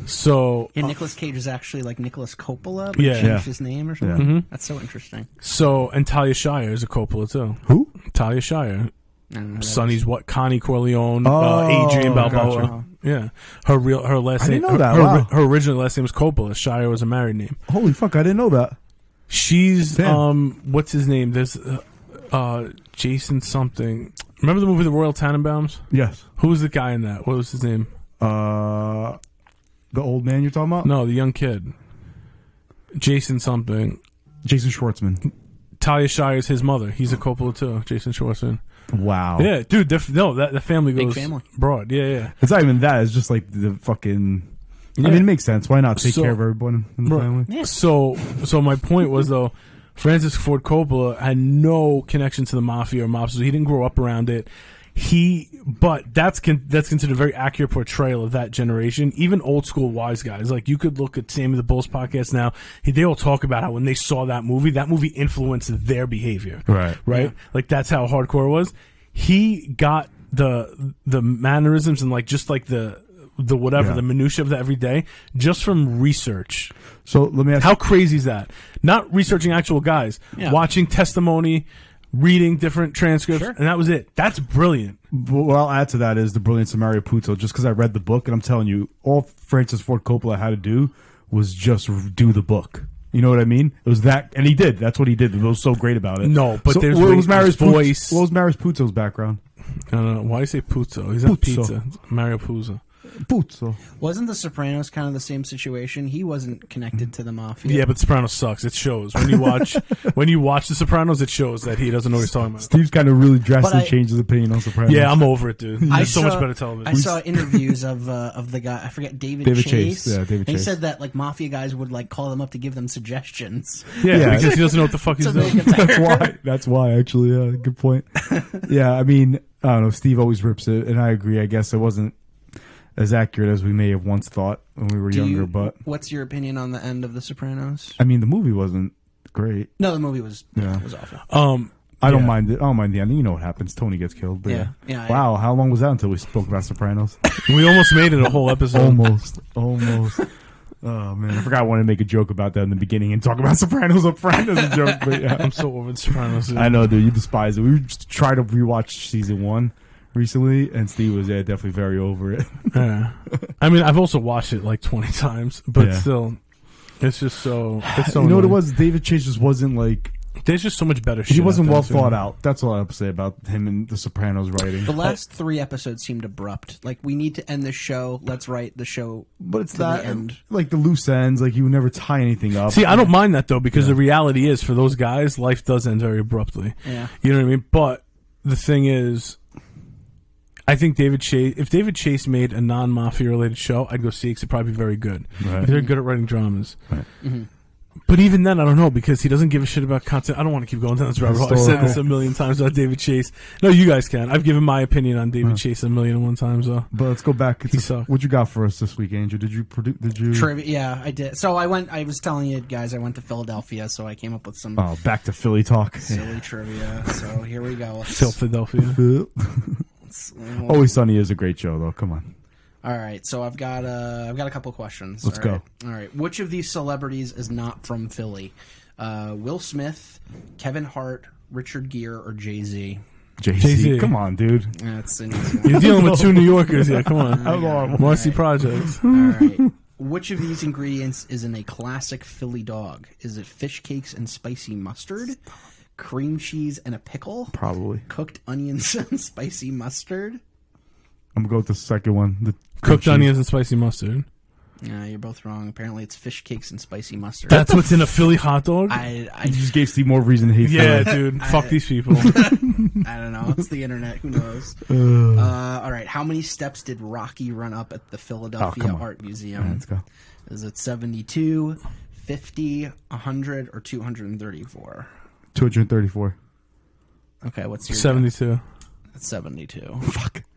Speaker 3: So
Speaker 4: And Nicolas Cage is actually like Nicolas Coppola, but
Speaker 3: Yeah.
Speaker 4: yeah, changed
Speaker 2: Yeah. Mm-hmm.
Speaker 4: his name or something. That's so interesting.
Speaker 3: so and Talia Shire is a Coppola too.
Speaker 2: Who?
Speaker 3: Talia Shire,
Speaker 4: I don't know who that
Speaker 3: Sonny's what? Connie Corleone,
Speaker 2: Oh,
Speaker 3: uh, Adrian Balboa.
Speaker 2: gotcha.
Speaker 3: Yeah, her real her last
Speaker 2: I
Speaker 3: name.
Speaker 2: didn't know
Speaker 3: her-
Speaker 2: that,
Speaker 3: Her,
Speaker 2: wow.
Speaker 3: her original last name was Coppola. Shire was a married name.
Speaker 2: Holy fuck! I didn't know that.
Speaker 3: She's
Speaker 2: Damn.
Speaker 3: um, what's his name? There's uh, uh, Jason something. Remember the movie The Royal Tannenbaums?
Speaker 2: Yes.
Speaker 3: Who was the guy in that? What was his name?
Speaker 2: Uh, the old man you're talking about?
Speaker 3: No, the young kid. Jason something.
Speaker 2: Jason Schwartzman.
Speaker 3: Talia Shire is his mother. He's a Coppola too. Jason Schwartzman.
Speaker 2: Wow.
Speaker 3: Oh. Yeah, dude. they're- No, that the family
Speaker 4: Big
Speaker 3: goes
Speaker 4: family.
Speaker 3: broad. Yeah, yeah.
Speaker 2: It's not even that. It's just like the fucking.
Speaker 3: Yeah.
Speaker 2: I mean, it makes sense. Why not take
Speaker 3: So-
Speaker 2: care of everyone in the
Speaker 3: Right.
Speaker 2: family?
Speaker 3: So, so my point was though, Francis Ford Coppola had no connection to the mafia or mobsters. He didn't grow up around it. he but that's con- that's considered a very accurate portrayal of that generation even old school wise guys like you could look at sammy the bulls podcast now he- they all talk about how when they saw that movie that movie influenced their behavior
Speaker 2: Right.
Speaker 3: right like that's how hardcore it was he got the the mannerisms and like just like the the whatever
Speaker 2: Yeah.
Speaker 3: the minutia of the everyday just from research
Speaker 2: So let me ask.
Speaker 3: how crazy is that? Not researching actual guys,
Speaker 4: Yeah.
Speaker 3: watching testimony, reading different transcripts,
Speaker 4: Sure.
Speaker 3: and that was it. That's brilliant.
Speaker 2: But what I'll add to that is the brilliant Samaria Puto. Just because I read the book, and I'm telling you, all Francis Ford Coppola had to do was just r- do the book. You know what I mean? It was that, and he did. That's what he did. It was so great about it.
Speaker 3: No, but
Speaker 2: so
Speaker 3: there's
Speaker 2: what
Speaker 3: way-
Speaker 2: was Marius
Speaker 3: his
Speaker 2: Puzo-
Speaker 3: voice.
Speaker 2: What was Marius Puto's background?
Speaker 3: I don't know why you say Puzo. He's
Speaker 2: Puzo.
Speaker 3: not pizza. Mario Puzo.
Speaker 2: Puto.
Speaker 4: Wasn't The Sopranos kind of the same situation? He wasn't connected to the mafia.
Speaker 3: Yeah, but Sopranos sucks. It shows when you watch when you watch The Sopranos. It shows that he doesn't know what he's talking about.
Speaker 2: Steve's kind of really drastically
Speaker 4: I-
Speaker 2: changed his opinion on Sopranos.
Speaker 3: Yeah, I'm over it, dude. There's so much better television.
Speaker 4: I saw interviews of uh, of the guy. I forget David,
Speaker 2: David
Speaker 4: Chase.
Speaker 2: Chase, yeah, David
Speaker 4: And He
Speaker 2: Chase.
Speaker 4: said that like mafia guys would like call them up to give them suggestions.
Speaker 3: yeah,
Speaker 2: Yeah.
Speaker 3: because he doesn't know what the fuck he's
Speaker 4: So they
Speaker 3: doing.
Speaker 4: get
Speaker 2: that's why. That's why. Actually, yeah, good point. Yeah, I mean, I don't know. Steve always rips it, and I agree. I guess it wasn't as accurate as we may have once thought when we were
Speaker 4: Do you-
Speaker 2: younger. But
Speaker 4: what's your opinion on the end of The Sopranos?
Speaker 2: I mean, the movie wasn't great.
Speaker 4: No, the movie was
Speaker 2: Yeah.
Speaker 4: yeah. was awful.
Speaker 3: Um,
Speaker 2: I don't
Speaker 3: Yeah.
Speaker 2: mind it. I don't mind the ending. You know what happens? Tony gets killed. But yeah.
Speaker 4: Yeah. Yeah, I-
Speaker 2: wow. How long was that until we spoke about Sopranos?
Speaker 3: we almost made it a whole episode.
Speaker 2: almost. Almost. Oh man, I forgot I wanted to make a joke about that in the beginning and talk about Sopranos up front as a joke. But yeah.
Speaker 3: I'm so over The Sopranos. dude.
Speaker 2: I know, dude. You despise it. We just tried to rewatch season one recently, and Steve was yeah, definitely very over it.
Speaker 3: Yeah. I mean, I've also watched it like 20 times, but
Speaker 2: Yeah.
Speaker 3: still, it's just so. It's so
Speaker 2: you know what it
Speaker 3: annoying.
Speaker 2: was? David Chase just wasn't like
Speaker 3: There's just so much better shit.
Speaker 2: he wasn't
Speaker 3: out there,
Speaker 2: well
Speaker 3: too.
Speaker 2: thought out. That's all I have to say about him and the Sopranos writing.
Speaker 4: The last three episodes seemed abrupt. Like we need to end the show. Let's write the show.
Speaker 2: But it's
Speaker 4: to the
Speaker 2: not
Speaker 4: end.
Speaker 2: like the loose ends. Like you would never tie anything up.
Speaker 3: See, I don't mind that though, because the reality is, for those guys, life does end very abruptly.
Speaker 4: Yeah.
Speaker 3: You know what I mean? But the thing is, I think David Chase. If David Chase made a non-mafia related show, I'd go see it. 'cause It'd probably be very good.
Speaker 2: Right.
Speaker 3: If they're good at writing dramas.
Speaker 2: Right.
Speaker 3: But even then, I don't know because he doesn't give a shit about content. I don't want to keep going down this rabbit hole. I've said
Speaker 2: Historical.
Speaker 3: this a million times about David Chase. No, you guys can. I've given my opinion on David Chase a million and one times though.
Speaker 2: But let's go back.
Speaker 3: He
Speaker 2: To,
Speaker 3: sucked.
Speaker 2: what you got for us this week, Angel? Did you produce? Did you?
Speaker 4: Trivia. Yeah, I did. So I went. I was telling you guys, I went to Philadelphia, so I came up with some
Speaker 2: Oh, back to Philly talk.
Speaker 4: silly trivia. So here we go. Let's-
Speaker 3: Till Philadelphia.
Speaker 4: let's-
Speaker 2: Oh, Always Sunny is a great show, though. Come on.
Speaker 4: All right, so I've got uh, I've got a couple questions.
Speaker 2: Let's
Speaker 4: All right. All right, which of these celebrities is not from Philly? Uh, Will Smith, Kevin Hart, Richard Gere, or Jay Z?
Speaker 2: Jay
Speaker 3: Jay-Z.
Speaker 2: Z. Come on, dude.
Speaker 4: That's an
Speaker 3: You're dealing with two New Yorkers here. Come on.
Speaker 2: That was horrible.
Speaker 3: Marcy Projects.
Speaker 4: All right. Which of these ingredients is in a classic Philly dog? Is it fish cakes and spicy mustard, cream cheese and a pickle,
Speaker 2: Probably.
Speaker 4: cooked onions and spicy mustard?
Speaker 2: I'm gonna go with the second one. The
Speaker 3: Cooked
Speaker 2: cheese.
Speaker 3: onions and spicy mustard.
Speaker 4: Yeah, you're both wrong. Apparently, it's fish cakes and spicy mustard.
Speaker 3: That's what's in a Philly hot dog?
Speaker 4: I,
Speaker 2: You
Speaker 4: I
Speaker 2: just gave Steve more reason to hate.
Speaker 3: yeah,
Speaker 2: Philly.
Speaker 3: dude. Fuck these people.
Speaker 4: I don't know. It's the internet. Who knows? Uh, all right. How many steps did Rocky run up at the Philadelphia
Speaker 2: Oh, come on.
Speaker 4: Art Museum?
Speaker 2: Yeah, let's go.
Speaker 4: Is it 72, 50, 100, or 234?
Speaker 2: 234.
Speaker 4: Okay, what's your
Speaker 3: 72.
Speaker 4: 72.
Speaker 2: Fuck.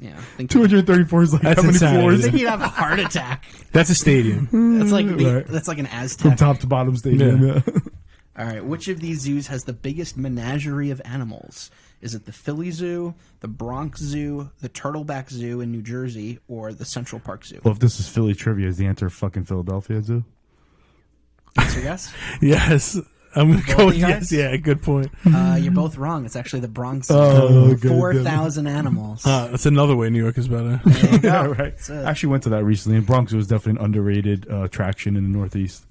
Speaker 4: Yeah. I think
Speaker 2: 234 is like
Speaker 3: That's
Speaker 2: how many
Speaker 3: insanity.
Speaker 2: floors?
Speaker 4: Maybe you'd have a heart attack.
Speaker 3: That's a
Speaker 2: Hmm.
Speaker 3: stadium.
Speaker 4: That's like the,
Speaker 2: Right.
Speaker 4: that's like an Aztec.
Speaker 2: From top to bottom stadium.
Speaker 3: Yeah.
Speaker 2: Yeah.
Speaker 4: All right, which of these zoos has the biggest menagerie of animals? Is it the Philly Zoo, the Bronx Zoo, the Turtleback Zoo in New Jersey, or the Central Park Zoo?
Speaker 2: well, if this is Philly trivia, is the answer fucking Philadelphia Zoo?
Speaker 4: What's your guess?
Speaker 3: yes. I'm going to go
Speaker 4: of
Speaker 3: with
Speaker 4: you
Speaker 3: yes.
Speaker 4: guys?
Speaker 3: Yeah, good point.
Speaker 2: Hmm.
Speaker 4: Uh, you're both wrong. It's actually the Bronx Zoo.
Speaker 2: Oh, good, good.
Speaker 4: 4,000 animals.
Speaker 3: Uh, that's another way New York is better.
Speaker 2: yeah, right.
Speaker 4: it.
Speaker 2: I actually went to that recently, and Bronx was definitely an underrated uh, attraction in the Northeast.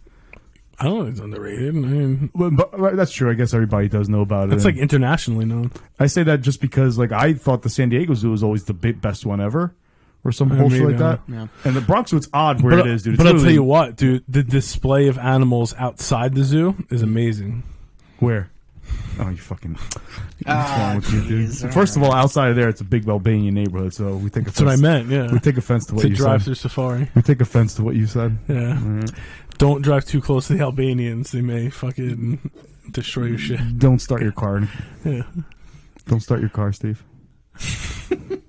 Speaker 3: I don't know. It's underrated. I mean,
Speaker 2: Well, but, right, that's true. I guess everybody does know about it.
Speaker 3: that's
Speaker 2: and-
Speaker 3: like internationally known.
Speaker 2: I say that just because like I thought the San Diego Zoo was always the big, best one ever, or some bullshit
Speaker 3: maybe,
Speaker 2: like that.
Speaker 4: yeah.
Speaker 2: And the Bronx Zoo, it's odd where it is, dude. It's
Speaker 3: but I'll tell
Speaker 2: literally-
Speaker 3: you what, dude. The display of animals outside the zoo is amazing.
Speaker 2: where. Oh, you fucking! What's
Speaker 4: Ah,
Speaker 2: wrong with you, dude?
Speaker 4: jeez, all
Speaker 2: First of all, outside of there, it's a big Albanian neighborhood, so we take offense.
Speaker 3: That's what I meant. Yeah,
Speaker 2: We take offense to
Speaker 3: it's
Speaker 2: what
Speaker 3: a
Speaker 2: you
Speaker 3: drive
Speaker 2: said.
Speaker 3: through safari.
Speaker 2: We take offense to what you said.
Speaker 3: Yeah, don't drive too close to the Albanians. They may fucking destroy your shit.
Speaker 2: Mm-hmm. Don't start your car.
Speaker 3: Yeah.
Speaker 2: Don't start your car, Steve. Go ahead,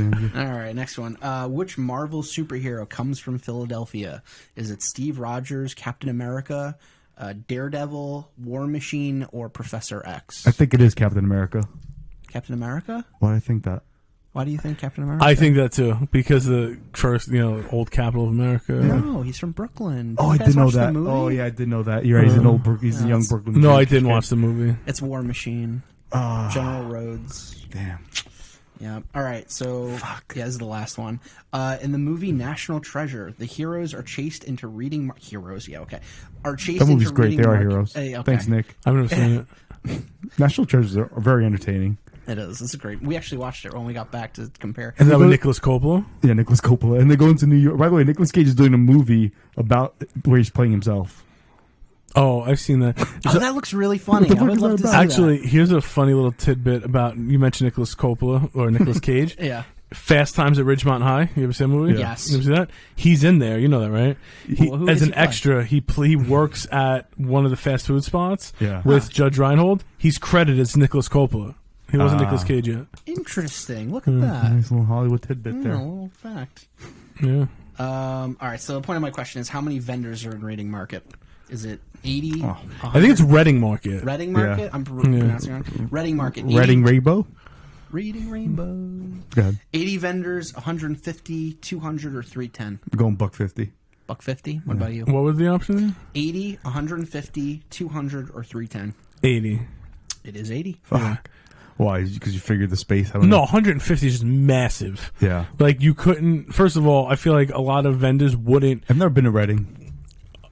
Speaker 2: Andrew.
Speaker 4: All right, next one. Uh, which Marvel superhero comes from Philadelphia? Is it Steve Rogers, Captain America, uh, Daredevil, War Machine, or Professor X?
Speaker 2: I think it is Captain America.
Speaker 4: Captain America?
Speaker 2: Why do I think that?
Speaker 4: Why do you think Captain America?
Speaker 3: I think that too because the first, you know, old capital of America.
Speaker 4: no, he's from Brooklyn.
Speaker 2: Oh,
Speaker 4: You
Speaker 2: I
Speaker 4: guys
Speaker 2: did know
Speaker 4: watch the
Speaker 2: that.
Speaker 4: movie?
Speaker 2: Oh, yeah, I did know that. You're right. He's an old, Brook- he's a young Brooklyn.
Speaker 3: Uh, No, I
Speaker 2: Bridge
Speaker 3: didn't
Speaker 2: kid.
Speaker 3: watch the movie.
Speaker 4: It's War Machine.
Speaker 2: Ah.
Speaker 4: General Rhodes.
Speaker 2: Damn.
Speaker 4: Yeah. All right. So yeah, this is the last one. Uh, in the movie National Treasure, the heroes are chased into reading mar- heroes. Yeah. Okay. Are chased.
Speaker 2: That movie's
Speaker 4: into
Speaker 2: great.
Speaker 4: reading
Speaker 2: They are
Speaker 4: mark-
Speaker 2: heroes.
Speaker 4: Hey, okay.
Speaker 2: Thanks, Nick.
Speaker 3: I've never seen it.
Speaker 2: National treasures are very entertaining.
Speaker 4: It is. It's great. We actually watched it when we got back to compare.
Speaker 3: Is that with
Speaker 2: Those-
Speaker 3: Nicholas Coppola?
Speaker 2: Yeah, Nicholas Coppola, and they go into New York. By the way, Nicholas Cage is doing a movie about where he's playing himself.
Speaker 3: Oh, I've seen that.
Speaker 4: Oh, that looks really funny.
Speaker 2: What the
Speaker 4: I would
Speaker 2: fuck
Speaker 4: love
Speaker 2: is
Speaker 4: to
Speaker 2: that
Speaker 4: see
Speaker 2: about?
Speaker 3: Actually, here's a funny little tidbit about you mentioned Nicholas Coppola or Nicholas Cage.
Speaker 4: that. Yeah.
Speaker 3: Fast Times at Ridgemont High. You ever seen that movie?
Speaker 4: Yeah. Yes.
Speaker 3: You ever see that? He's in there. You know that, right? He,
Speaker 4: Well, who
Speaker 3: as
Speaker 4: does
Speaker 3: an
Speaker 4: he play?
Speaker 3: extra, he pl- he works at one of the fast food spots
Speaker 2: Yeah.
Speaker 3: with Judge Reinhold. He's credited as Nicholas Coppola. He wasn't
Speaker 2: Ah.
Speaker 3: Nicholas Cage yet.
Speaker 4: Interesting. Look at that.
Speaker 2: Hmm, Nice little Hollywood tidbit
Speaker 4: Yeah, a
Speaker 2: there.
Speaker 4: little fact. Uh-huh.
Speaker 3: Yeah.
Speaker 4: Um, all right. So the point of my question is, how many vendors are in Reading Market? Is it eighty?
Speaker 3: I think it's Reading Market.
Speaker 4: Reading Market.
Speaker 2: Oh. Yeah.
Speaker 4: I'm pr- pronouncing it wrong. Reading Market. 80
Speaker 2: Reading Rainbow.
Speaker 4: Reading Rainbow.
Speaker 2: Go ahead.
Speaker 4: 80 vendors, 150, 200, or 310?
Speaker 2: I'm going buck fifty.
Speaker 4: Buck 50? What about you?
Speaker 3: What was the option?
Speaker 4: 80, 150, 200, or 310?
Speaker 3: Eighty.
Speaker 4: It is 80.
Speaker 2: Fuck. Why? Because you figured the space. I don't
Speaker 3: No,
Speaker 2: know.
Speaker 3: 150 is just massive.
Speaker 2: Yeah.
Speaker 3: Like you couldn't. First of all, I feel like a lot of vendors wouldn't.
Speaker 2: I've never been to Reading.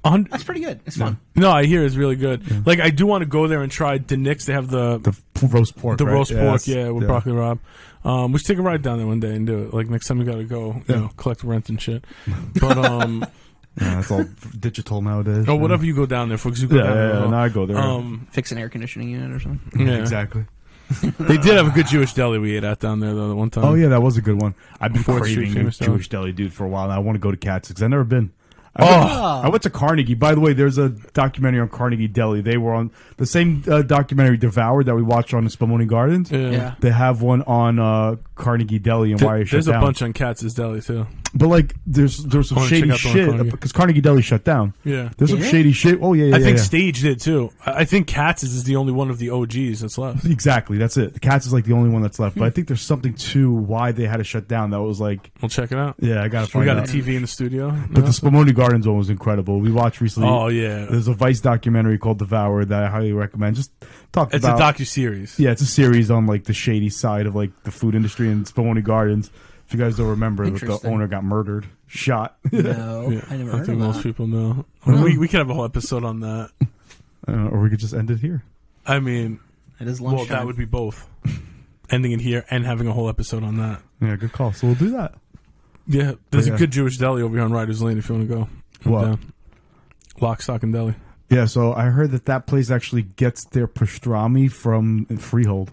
Speaker 3: a hun-
Speaker 4: That's pretty good. It's fun.
Speaker 3: No, I hear it's really good. Like I do want to go there and try the Knicks. They have the
Speaker 2: The f- roast pork.
Speaker 3: the
Speaker 2: right?
Speaker 3: roast pork,
Speaker 2: that's-
Speaker 3: yeah, with broccoli Rob. Um, we should take a ride down there one day and do it. Like next time we gotta go, you know, collect rent and shit. But um,
Speaker 2: Yeah, it's all digital nowadays.
Speaker 3: or Oh, whatever you go down there for, 'cause you go
Speaker 2: Yeah,
Speaker 3: down
Speaker 2: yeah,
Speaker 3: there.
Speaker 2: yeah.
Speaker 3: a lot.
Speaker 2: Now I go there. Mm-hmm.
Speaker 3: um,
Speaker 4: Fix an air conditioning unit or something.
Speaker 3: yeah.
Speaker 2: Exactly.
Speaker 3: They did have a good Jewish deli we ate at down there though. The one time.
Speaker 2: Oh yeah, that was a good one. I've been
Speaker 3: Fourth Street
Speaker 2: craving a
Speaker 3: famous deli.
Speaker 2: Jewish deli, dude, for a while. And I want to go to Katz's because I've never been. I went,
Speaker 3: Oh.
Speaker 2: I went to Carnegie. By the way, there's a documentary on Carnegie Deli. They were on the same uh, documentary Devoured that we watched on the Spumoni Gardens.
Speaker 3: Yeah.
Speaker 4: Yeah.
Speaker 2: They have one on uh, Carnegie Deli and
Speaker 3: Th-
Speaker 2: why it shut
Speaker 3: There's a
Speaker 2: down.
Speaker 3: bunch on Katz's deli too.
Speaker 2: but like, there's there's some
Speaker 3: I wanna
Speaker 2: shady
Speaker 3: check out the one on
Speaker 2: shit
Speaker 3: Carnegie.
Speaker 2: because Carnegie Deli shut down.
Speaker 3: Yeah.
Speaker 2: There's some
Speaker 4: Did it?
Speaker 2: shady shit. Oh yeah, yeah.
Speaker 3: I think
Speaker 2: yeah.
Speaker 3: Stage did too. I I think Katz's is the only one of the OGs that's left.
Speaker 2: exactly. That's it. Katz is like the only one that's left. But I think there's something to why they had to shut down. That was like,
Speaker 3: We'll check it out.
Speaker 2: yeah, I gotta find
Speaker 3: We got a
Speaker 2: out.
Speaker 3: TV in the studio.
Speaker 2: But the Spumoni Gardens one was incredible. We watched recently.
Speaker 3: Oh, yeah.
Speaker 2: there's a Vice documentary called Devour that I highly recommend. Just talk
Speaker 3: it's a
Speaker 2: about.
Speaker 3: docu series.
Speaker 2: yeah, it's a series on like the shady side of like the food industry in Spumoni Gardens. If you guys don't remember, that the
Speaker 4: Interesting.
Speaker 2: owner got murdered, shot. Uh,
Speaker 4: No, I never heard
Speaker 3: think
Speaker 4: of
Speaker 3: most
Speaker 4: that.
Speaker 3: people know. We, we could have a whole episode on that.
Speaker 2: uh, or we could just end it here.
Speaker 3: I mean,
Speaker 4: It is
Speaker 3: well,
Speaker 4: lunchtime.
Speaker 3: that would be both. Ending it here and having a whole episode on that.
Speaker 2: Yeah, good call. So we'll do that.
Speaker 3: Yeah, there's
Speaker 2: Yeah.
Speaker 3: a good Jewish deli over here on Riders Lane if you want to go. I'm
Speaker 2: What?
Speaker 3: down. Lock, stock, and deli.
Speaker 2: Yeah, so I heard that that place actually gets their pastrami from Freehold,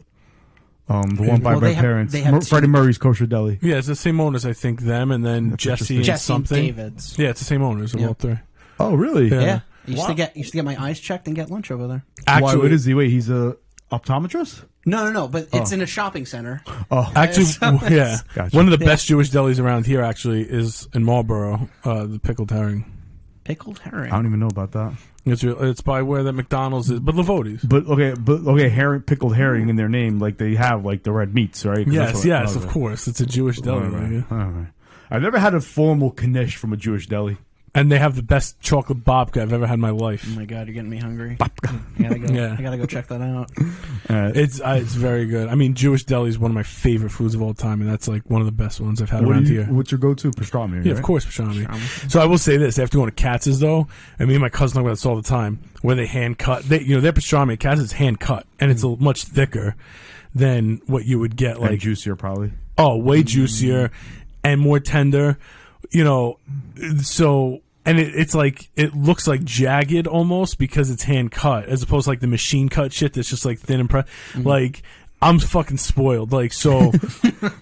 Speaker 2: um, the one by
Speaker 4: Well,
Speaker 2: my
Speaker 4: they have-
Speaker 2: parents,
Speaker 4: they have
Speaker 2: Mur-
Speaker 4: two-
Speaker 2: Freddie Murry's Kosher Deli.
Speaker 3: Yeah, it's the same owners, I think. Them and then Jesse and
Speaker 4: Jesse
Speaker 3: something.
Speaker 4: Davids.
Speaker 3: Yeah, it's the same owners of
Speaker 4: Yeah.
Speaker 3: all three.
Speaker 2: Oh, really?
Speaker 3: Yeah.
Speaker 4: Yeah. I used to get used to get my eyes checked and get lunch over there.
Speaker 2: Why,
Speaker 3: Actually,
Speaker 2: what is he? Wait, he's a optometrist. Oh.
Speaker 4: No, no, no. But
Speaker 3: Oh.
Speaker 4: it's in a shopping center.
Speaker 3: Actually,
Speaker 4: So
Speaker 3: yeah.
Speaker 4: it's-
Speaker 2: Gotcha.
Speaker 3: One of the best Jewish delis around here actually is in Marlboro, uh, the Pickled Herring.
Speaker 4: Pickled herring.
Speaker 2: I don't even know about that.
Speaker 3: It's real, it's by where that McDonald's is, but Lavoti's.
Speaker 2: But okay, but okay, herring, pickled herring in their name, like they have like the red meats, right? 'Cause that's
Speaker 3: Yes,
Speaker 2: what-
Speaker 3: yes,
Speaker 2: okay.
Speaker 3: of course. It's a Jewish
Speaker 2: All
Speaker 3: deli,
Speaker 2: right,
Speaker 3: yeah.
Speaker 2: all right. I've never had a formal knish from a Jewish deli.
Speaker 3: and they have the best chocolate babka I've ever had in my life.
Speaker 4: Oh my god, you're getting me hungry. I gotta go.
Speaker 3: Yeah.
Speaker 4: I gotta go check that out.
Speaker 3: It's uh, it's very good. I mean, Jewish deli is one of my favorite foods of all time, and that's like one of the best ones I've had
Speaker 2: What do
Speaker 3: around
Speaker 2: you-
Speaker 3: here.
Speaker 2: what's your go-to pastrami?
Speaker 3: Yeah, of
Speaker 2: right?
Speaker 3: course, pastrami. So I will say this: after going to Katz's, though, and me and my cousin talk about this all the time, where they hand cut, they you know their pastrami at Katz's is hand cut, and it's a
Speaker 2: Mm.
Speaker 3: l- much thicker than what you would get
Speaker 2: And
Speaker 3: like
Speaker 2: juicier probably.
Speaker 3: oh way juicier and more tender, you know. So and it, it's like it looks like jagged almost because it's hand cut, as opposed to like the machine cut shit that's just like thin and pressed.
Speaker 2: Mm-hmm.
Speaker 3: Like I'm fucking spoiled, like so.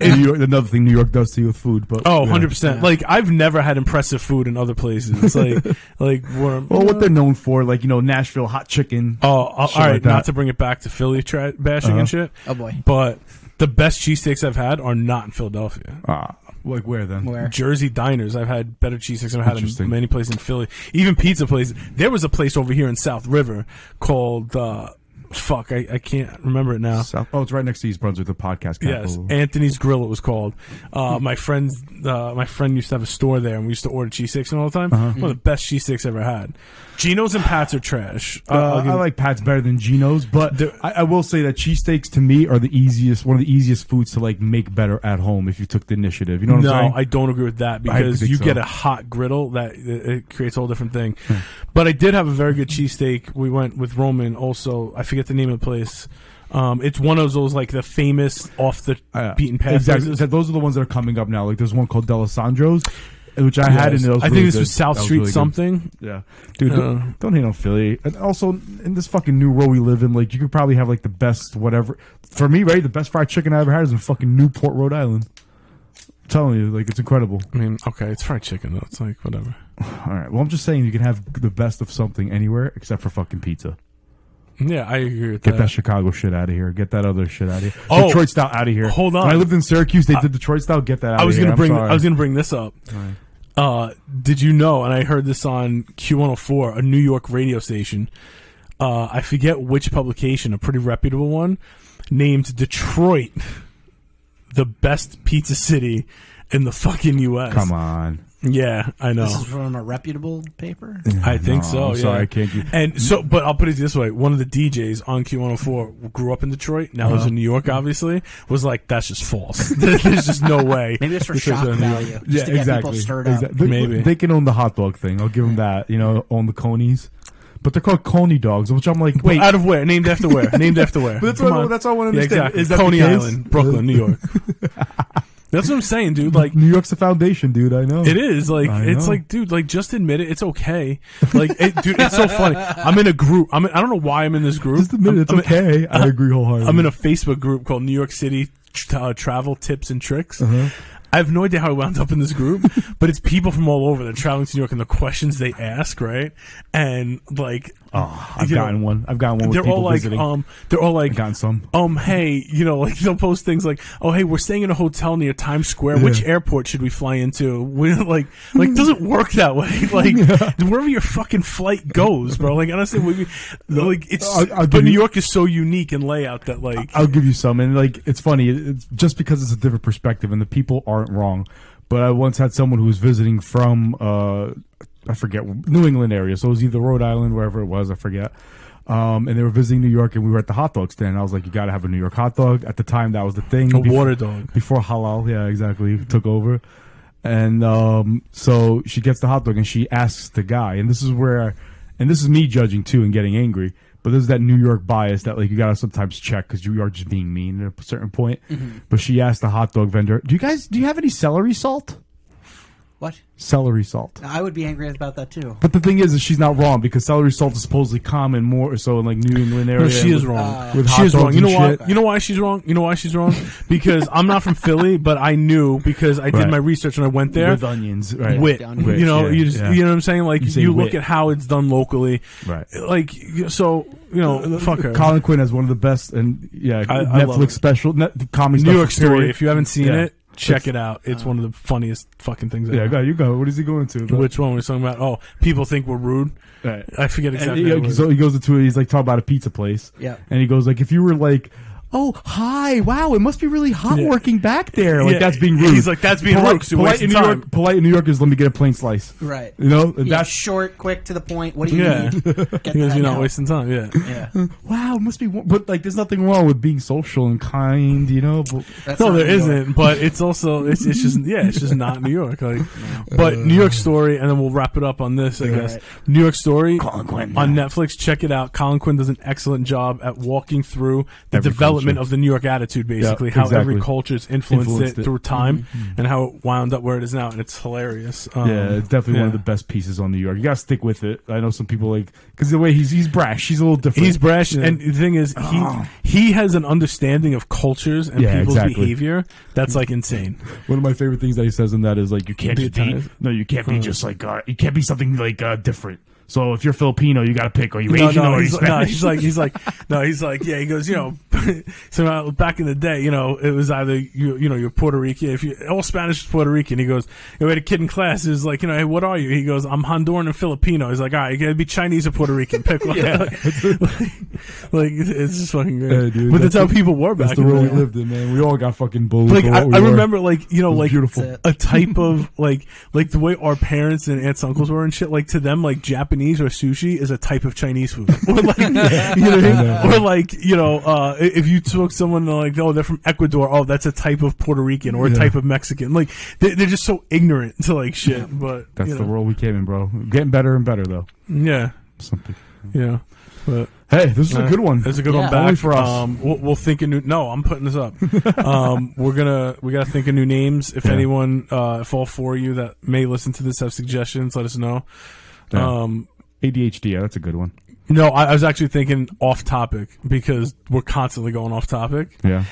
Speaker 2: New York, another thing New York does to you with food, but
Speaker 3: Oh,
Speaker 2: yeah.
Speaker 3: 100%. Like I've never had impressive food in other places. It's like like where
Speaker 2: Well, what they're known for, like you know, Nashville hot chicken.
Speaker 3: Oh, all
Speaker 2: Shit
Speaker 3: all right.
Speaker 2: like that.
Speaker 3: not to bring it back to Philly tra- bashing
Speaker 2: Uh-huh.
Speaker 3: and shit.
Speaker 4: Oh, boy.
Speaker 3: But The best cheesesteaks I've had are not in Philadelphia.
Speaker 2: Ah, like where then?
Speaker 4: Where?
Speaker 3: Jersey diners. I've had better cheesesteaks than I've had in
Speaker 2: Interesting.
Speaker 3: many places in Philly. Even pizza places. There was a place over here in South River called uh, fuck, I, I can't remember it now.
Speaker 2: South. Oh, it's right next to East Brunswick, the podcast
Speaker 3: Yes,
Speaker 2: capital.
Speaker 3: Anthony's Grill. It was called. Uh, my friends, uh, my friend used to have a store there, and we used to order cheese sticks all the time.
Speaker 2: Uh-huh.
Speaker 3: One of the best cheese sticks I ever had. Geno's and Pat's are trash. Uh, I'll
Speaker 2: Uh,
Speaker 3: give-
Speaker 2: I like Pat's better than Geno's, but
Speaker 3: There-
Speaker 2: I, I will say that cheesesteaks to me are the easiest, one of the easiest foods to like make better at home if you took the initiative. You know what
Speaker 3: no,
Speaker 2: I'm saying?
Speaker 3: I don't agree with that
Speaker 2: I
Speaker 3: because
Speaker 2: think
Speaker 3: you
Speaker 2: so.
Speaker 3: get a hot griddle that it, it creates a whole different thing. But I did have a very good cheesesteak. We went with Roman. Also, I forget the name of the place. Um, it's one of those like the famous off the
Speaker 2: Uh,
Speaker 3: beaten path.
Speaker 2: Exactly.
Speaker 3: places.
Speaker 2: Except those are the ones that are coming up now. Like there's one called Delisandro's, which I had, and
Speaker 3: Yes.
Speaker 2: it was
Speaker 3: I
Speaker 2: really
Speaker 3: think this
Speaker 2: good.
Speaker 3: was South
Speaker 2: That
Speaker 3: Street
Speaker 2: really good.
Speaker 3: something.
Speaker 2: Yeah, dude,
Speaker 3: Uh,
Speaker 2: don't- don't hate on Philly. And also, in this fucking new world we live in, like you could probably have like the best whatever. For me, right, the best fried chicken I ever had is in fucking Newport, Rhode Island. I'm telling you, like it's incredible.
Speaker 3: I mean, okay, it's fried chicken though. It's like whatever.
Speaker 2: All right, well, I'm just saying you can have the best of something anywhere except for fucking pizza.
Speaker 3: Yeah, I agree with
Speaker 2: Get that Chicago shit out of here. Get that other shit out of here.
Speaker 3: Oh.
Speaker 2: Detroit style out of here.
Speaker 3: Hold on.
Speaker 2: When I lived in Syracuse, they did Detroit style. Get that out
Speaker 3: I was
Speaker 2: of here.
Speaker 3: gonna
Speaker 2: Oh, I'm
Speaker 3: bring.
Speaker 2: sorry.
Speaker 3: I was gonna bring this up. Uh, did you know? And I heard this on Q104, a New York radio station. Uh, I forget which publication, a pretty reputable one, named Detroit the best pizza city in the fucking U.S.
Speaker 2: Come on.
Speaker 3: Yeah, I know.
Speaker 4: This is from a reputable paper.
Speaker 3: I think
Speaker 2: No,
Speaker 3: so.
Speaker 2: I'm
Speaker 3: yeah.
Speaker 2: sorry, I can't give-
Speaker 3: And so, but I'll put it this way: one of the DJs on Q104 grew up in Detroit, now
Speaker 2: Uh-huh.
Speaker 3: lives in New York. Obviously, was like, "That's just false. There's just no way."
Speaker 4: Maybe it's for
Speaker 3: This is
Speaker 4: shock
Speaker 3: a-
Speaker 4: value, just to get people stirred up.
Speaker 2: Exact- They,
Speaker 3: Maybe.
Speaker 2: they can own the hot dog thing. I'll give them that. You know, own the conies, but they're called coney dogs, which I'm like, wait,
Speaker 3: Wait, out of where? Named after where? Named after where?
Speaker 2: But that's
Speaker 3: Come
Speaker 2: what I-
Speaker 3: on.
Speaker 2: that's what I wanna
Speaker 3: Yeah,
Speaker 2: understand.
Speaker 3: exactly.
Speaker 2: Is that
Speaker 3: Coney
Speaker 2: the case?
Speaker 3: Island, Brooklyn, New York. that's what I'm saying, dude. Like.
Speaker 2: New York's the foundation, dude. I know
Speaker 3: It is like
Speaker 2: I
Speaker 3: it's
Speaker 2: know.
Speaker 3: like, dude, like just admit it. It's okay. Like, it, dude, it's so funny. I'm in a group. I'm. In, I don't know why I'm in this group.
Speaker 2: Just admit
Speaker 3: I'm,
Speaker 2: it, it's
Speaker 3: I'm in-
Speaker 2: okay. I agree wholeheartedly.
Speaker 3: I'm in a Facebook group called New York City t- uh, Travel Tips and Tricks.
Speaker 2: Uh-huh.
Speaker 3: I have no idea how I wound up in this group, but it's people from all over. They're traveling to New York, and the questions they ask, right? And like,
Speaker 2: Oh, I've
Speaker 3: you know,
Speaker 2: gotten one. I've gotten one with
Speaker 3: they're
Speaker 2: people
Speaker 3: all like,
Speaker 2: visiting.
Speaker 3: um, they're all like,
Speaker 2: I've gotten some.
Speaker 3: um, hey, you know, like they'll post things like, oh, hey, we're staying in a hotel near Times Square. Which
Speaker 2: Yeah.
Speaker 3: airport should we fly into? We like, like it doesn't work that way. Like wherever your fucking flight goes, bro. Like honestly, we, like it's
Speaker 2: I'll- I'll
Speaker 3: but
Speaker 2: give
Speaker 3: New
Speaker 2: you-
Speaker 3: York is so unique in layout that like
Speaker 2: I'll give you some, and like it's funny. It's just because it's a different perspective, and the people aren't wrong. But I once had someone who was visiting from uh, I forget New England area, so it was either Rhode Island, wherever it was, I forget. Um, and they were visiting New York, and we were at the hot dog stand. I was like, "You got to have a New York hot dog." At the time, that was the thing.
Speaker 3: a water dog.
Speaker 2: before halal yeah exactly took over and um, so she gets the hot dog and she asks the guy and this is where and this is me judging too and getting angry but this is that new york bias that like you gotta sometimes check because you are just being mean at a certain point but she asked the hot dog vendor do you guys do you have any celery salt
Speaker 4: What?
Speaker 2: celery salt
Speaker 4: I would be angry about that too.
Speaker 2: but the thing is, is she's not wrong because celery salt is supposedly common more so in like New England area.
Speaker 3: No, she is
Speaker 2: with-
Speaker 3: wrong.
Speaker 2: with
Speaker 3: she
Speaker 2: hot
Speaker 3: is
Speaker 2: dogs
Speaker 3: wrong. You
Speaker 2: and
Speaker 3: know why?
Speaker 2: shit.
Speaker 3: You know why she's wrong? You know why she's wrong? Because I'm not from Philly, but I knew because I did
Speaker 2: Right.
Speaker 3: my research and I went there.
Speaker 2: with uh, onions, right?
Speaker 3: Wit,
Speaker 4: Down
Speaker 3: you know,
Speaker 2: yeah,
Speaker 3: you just,
Speaker 2: yeah.
Speaker 3: you know what I'm saying. Like you,
Speaker 2: say
Speaker 3: look
Speaker 2: wit.
Speaker 3: at how it's done locally,
Speaker 2: Right.
Speaker 3: Like you- so, you know, fuck her.
Speaker 2: Uh, Colin Quinn has one of the best and yeah
Speaker 3: I- I love
Speaker 2: Netflix
Speaker 3: it.
Speaker 2: special net, comedy
Speaker 3: New
Speaker 2: special
Speaker 3: York Story.
Speaker 2: period.
Speaker 3: If you haven't seen
Speaker 2: Yeah.
Speaker 3: it, check it out. It's one of the funniest fucking things.
Speaker 2: yeah,
Speaker 3: ever.
Speaker 2: go you go. What is he going to?
Speaker 3: Which one were we talking about? Oh, people think we're rude.
Speaker 2: Right.
Speaker 3: I forget
Speaker 2: And
Speaker 3: exactly.
Speaker 2: he,
Speaker 3: how it was.
Speaker 2: so he goes into he's like talking about a pizza place.
Speaker 4: Yeah.
Speaker 2: and he goes like, if you were like. Oh hi! Wow, it must be really hot
Speaker 3: Yeah.
Speaker 2: working back there. Like
Speaker 3: Yeah.
Speaker 2: that's being rude.
Speaker 3: He's like, "That's being rude 'cause you're
Speaker 2: Polite
Speaker 3: wasting
Speaker 2: in New
Speaker 3: time."
Speaker 2: York, polite in New York is let me get a plain slice.
Speaker 4: Right.
Speaker 2: You know, and
Speaker 4: Yeah,
Speaker 2: that's
Speaker 4: short, quick, to the point. What do you
Speaker 3: Yeah.
Speaker 4: need? Get
Speaker 3: because
Speaker 4: that
Speaker 3: you're not
Speaker 4: out.
Speaker 3: wasting time. Yeah.
Speaker 4: Yeah.
Speaker 2: wow. It must be, warm. but like, there's nothing wrong with being social and kind. You know, but
Speaker 4: That's
Speaker 3: no,
Speaker 4: not
Speaker 3: there
Speaker 4: New York.
Speaker 3: isn't. But it's also it's it's just yeah, it's just not New York. Like, but New
Speaker 2: Uh.
Speaker 3: York Story, and then we'll wrap it up on this. I guess
Speaker 4: right.
Speaker 3: New York Story
Speaker 2: Colin Quinn,
Speaker 3: on
Speaker 2: yeah.
Speaker 3: Netflix. Check it out. Colin Quinn does an excellent job at walking through the
Speaker 2: Every
Speaker 3: development
Speaker 2: culture.
Speaker 3: of the New York attitude, basically
Speaker 2: Yeah,
Speaker 3: how
Speaker 2: exactly.
Speaker 3: every culture's influenced,
Speaker 2: Influenced
Speaker 3: it,
Speaker 2: it. Mm-hmm.
Speaker 3: through time and how it wound up where it is now, and it's hilarious. Um,
Speaker 2: Yeah, it's definitely one of
Speaker 3: yeah.
Speaker 2: the best pieces on New York. You gotta stick with it. I know some people like because the way he's he's brash. He's a little different.
Speaker 3: He's brash, and the thing is, he he has an understanding of cultures and
Speaker 2: Oh. Yeah,
Speaker 3: people's
Speaker 2: exactly. Mm-hmm.
Speaker 3: behavior that's like insane.
Speaker 2: one of my favorite things that he says in that is like you can't
Speaker 3: Be
Speaker 2: just be
Speaker 3: Italian.
Speaker 2: no, you can't be just like uh, you can't be something like uh, different. So if you're Filipino, you gotta pick. Are you Asian or are you
Speaker 3: he's,
Speaker 2: Spanish?
Speaker 3: no, he's like, he's like, no, he's like, yeah. He goes, you know, so now, back in the day, you know, it was either you, you know, you're Puerto Rican. If you all Spanish is Puerto Rican, he goes. We had a kid in class who's like, you know, hey, what are you? He goes, I'm Honduran and Filipino. He's like, all right, you gotta be Chinese or Puerto Rican. Pick one. like, it's just fucking great.
Speaker 2: Yeah, dude,
Speaker 3: but that's,
Speaker 2: that's
Speaker 3: how
Speaker 2: the-
Speaker 3: people were back.
Speaker 2: That's the
Speaker 3: in the
Speaker 2: world we
Speaker 3: day.
Speaker 2: lived in, man. We all got fucking bullied.
Speaker 3: Like
Speaker 2: for
Speaker 3: I,
Speaker 2: what we
Speaker 3: I
Speaker 2: were.
Speaker 3: remember, like you know,
Speaker 2: It was
Speaker 3: like
Speaker 2: beautiful.
Speaker 3: a type of like like the way our parents and aunts and uncles were and shit. Like to them, like Japanese or sushi is a type of Chinese food. Or like, you know what I mean?
Speaker 2: I know.
Speaker 3: Or like you know, uh, i- if you took someone uh, like oh they're from Ecuador, oh that's a type of Puerto Rican or a
Speaker 2: Yeah.
Speaker 3: type of Mexican. Like they, they're just so ignorant to like shit. But
Speaker 2: That's
Speaker 3: you
Speaker 2: the
Speaker 3: know,
Speaker 2: world we came in, bro. Getting better and better though.
Speaker 3: Yeah,
Speaker 2: Something.
Speaker 3: yeah. But
Speaker 2: Hey, this is a good one.
Speaker 3: It's Uh, a good
Speaker 4: Yeah.
Speaker 3: one back.
Speaker 2: Only for us.
Speaker 3: Um, we'll, we'll think a new. No, I'm putting this up. um, we're gonna we gotta think of new names. If
Speaker 2: Yeah.
Speaker 3: anyone, uh, if all four of you that may listen to this have suggestions, let us know.
Speaker 2: Yeah.
Speaker 3: Um,
Speaker 2: ADHD. Yeah, that's a good one.
Speaker 3: no, I, I was actually thinking off topic because we're constantly going off topic,
Speaker 2: Yeah.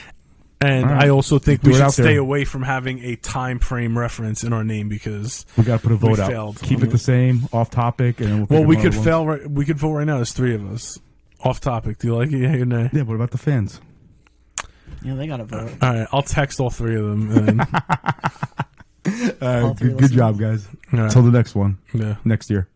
Speaker 3: and
Speaker 2: All right.
Speaker 3: I also think
Speaker 2: Do
Speaker 3: we
Speaker 2: it
Speaker 3: should
Speaker 2: out there.
Speaker 3: stay away from having a time frame reference in our name because
Speaker 2: We got to put a vote out.
Speaker 3: failed.
Speaker 2: Keep it the same, off topic, and then we'll.
Speaker 3: well,
Speaker 2: pick
Speaker 3: we
Speaker 2: another
Speaker 3: could
Speaker 2: one.
Speaker 3: fail. Right, we could vote right now. There's three of us. Off topic. Do you like it? Yeah or nay?
Speaker 2: Yeah. What about the fans?
Speaker 4: Yeah, they got to vote.
Speaker 3: All right, I'll text all three of them. And,
Speaker 2: Uh,
Speaker 4: All three
Speaker 2: good, good
Speaker 4: listeners.
Speaker 2: Uh, job, guys.
Speaker 3: all right,
Speaker 2: Till the next one
Speaker 3: yeah.
Speaker 2: next year.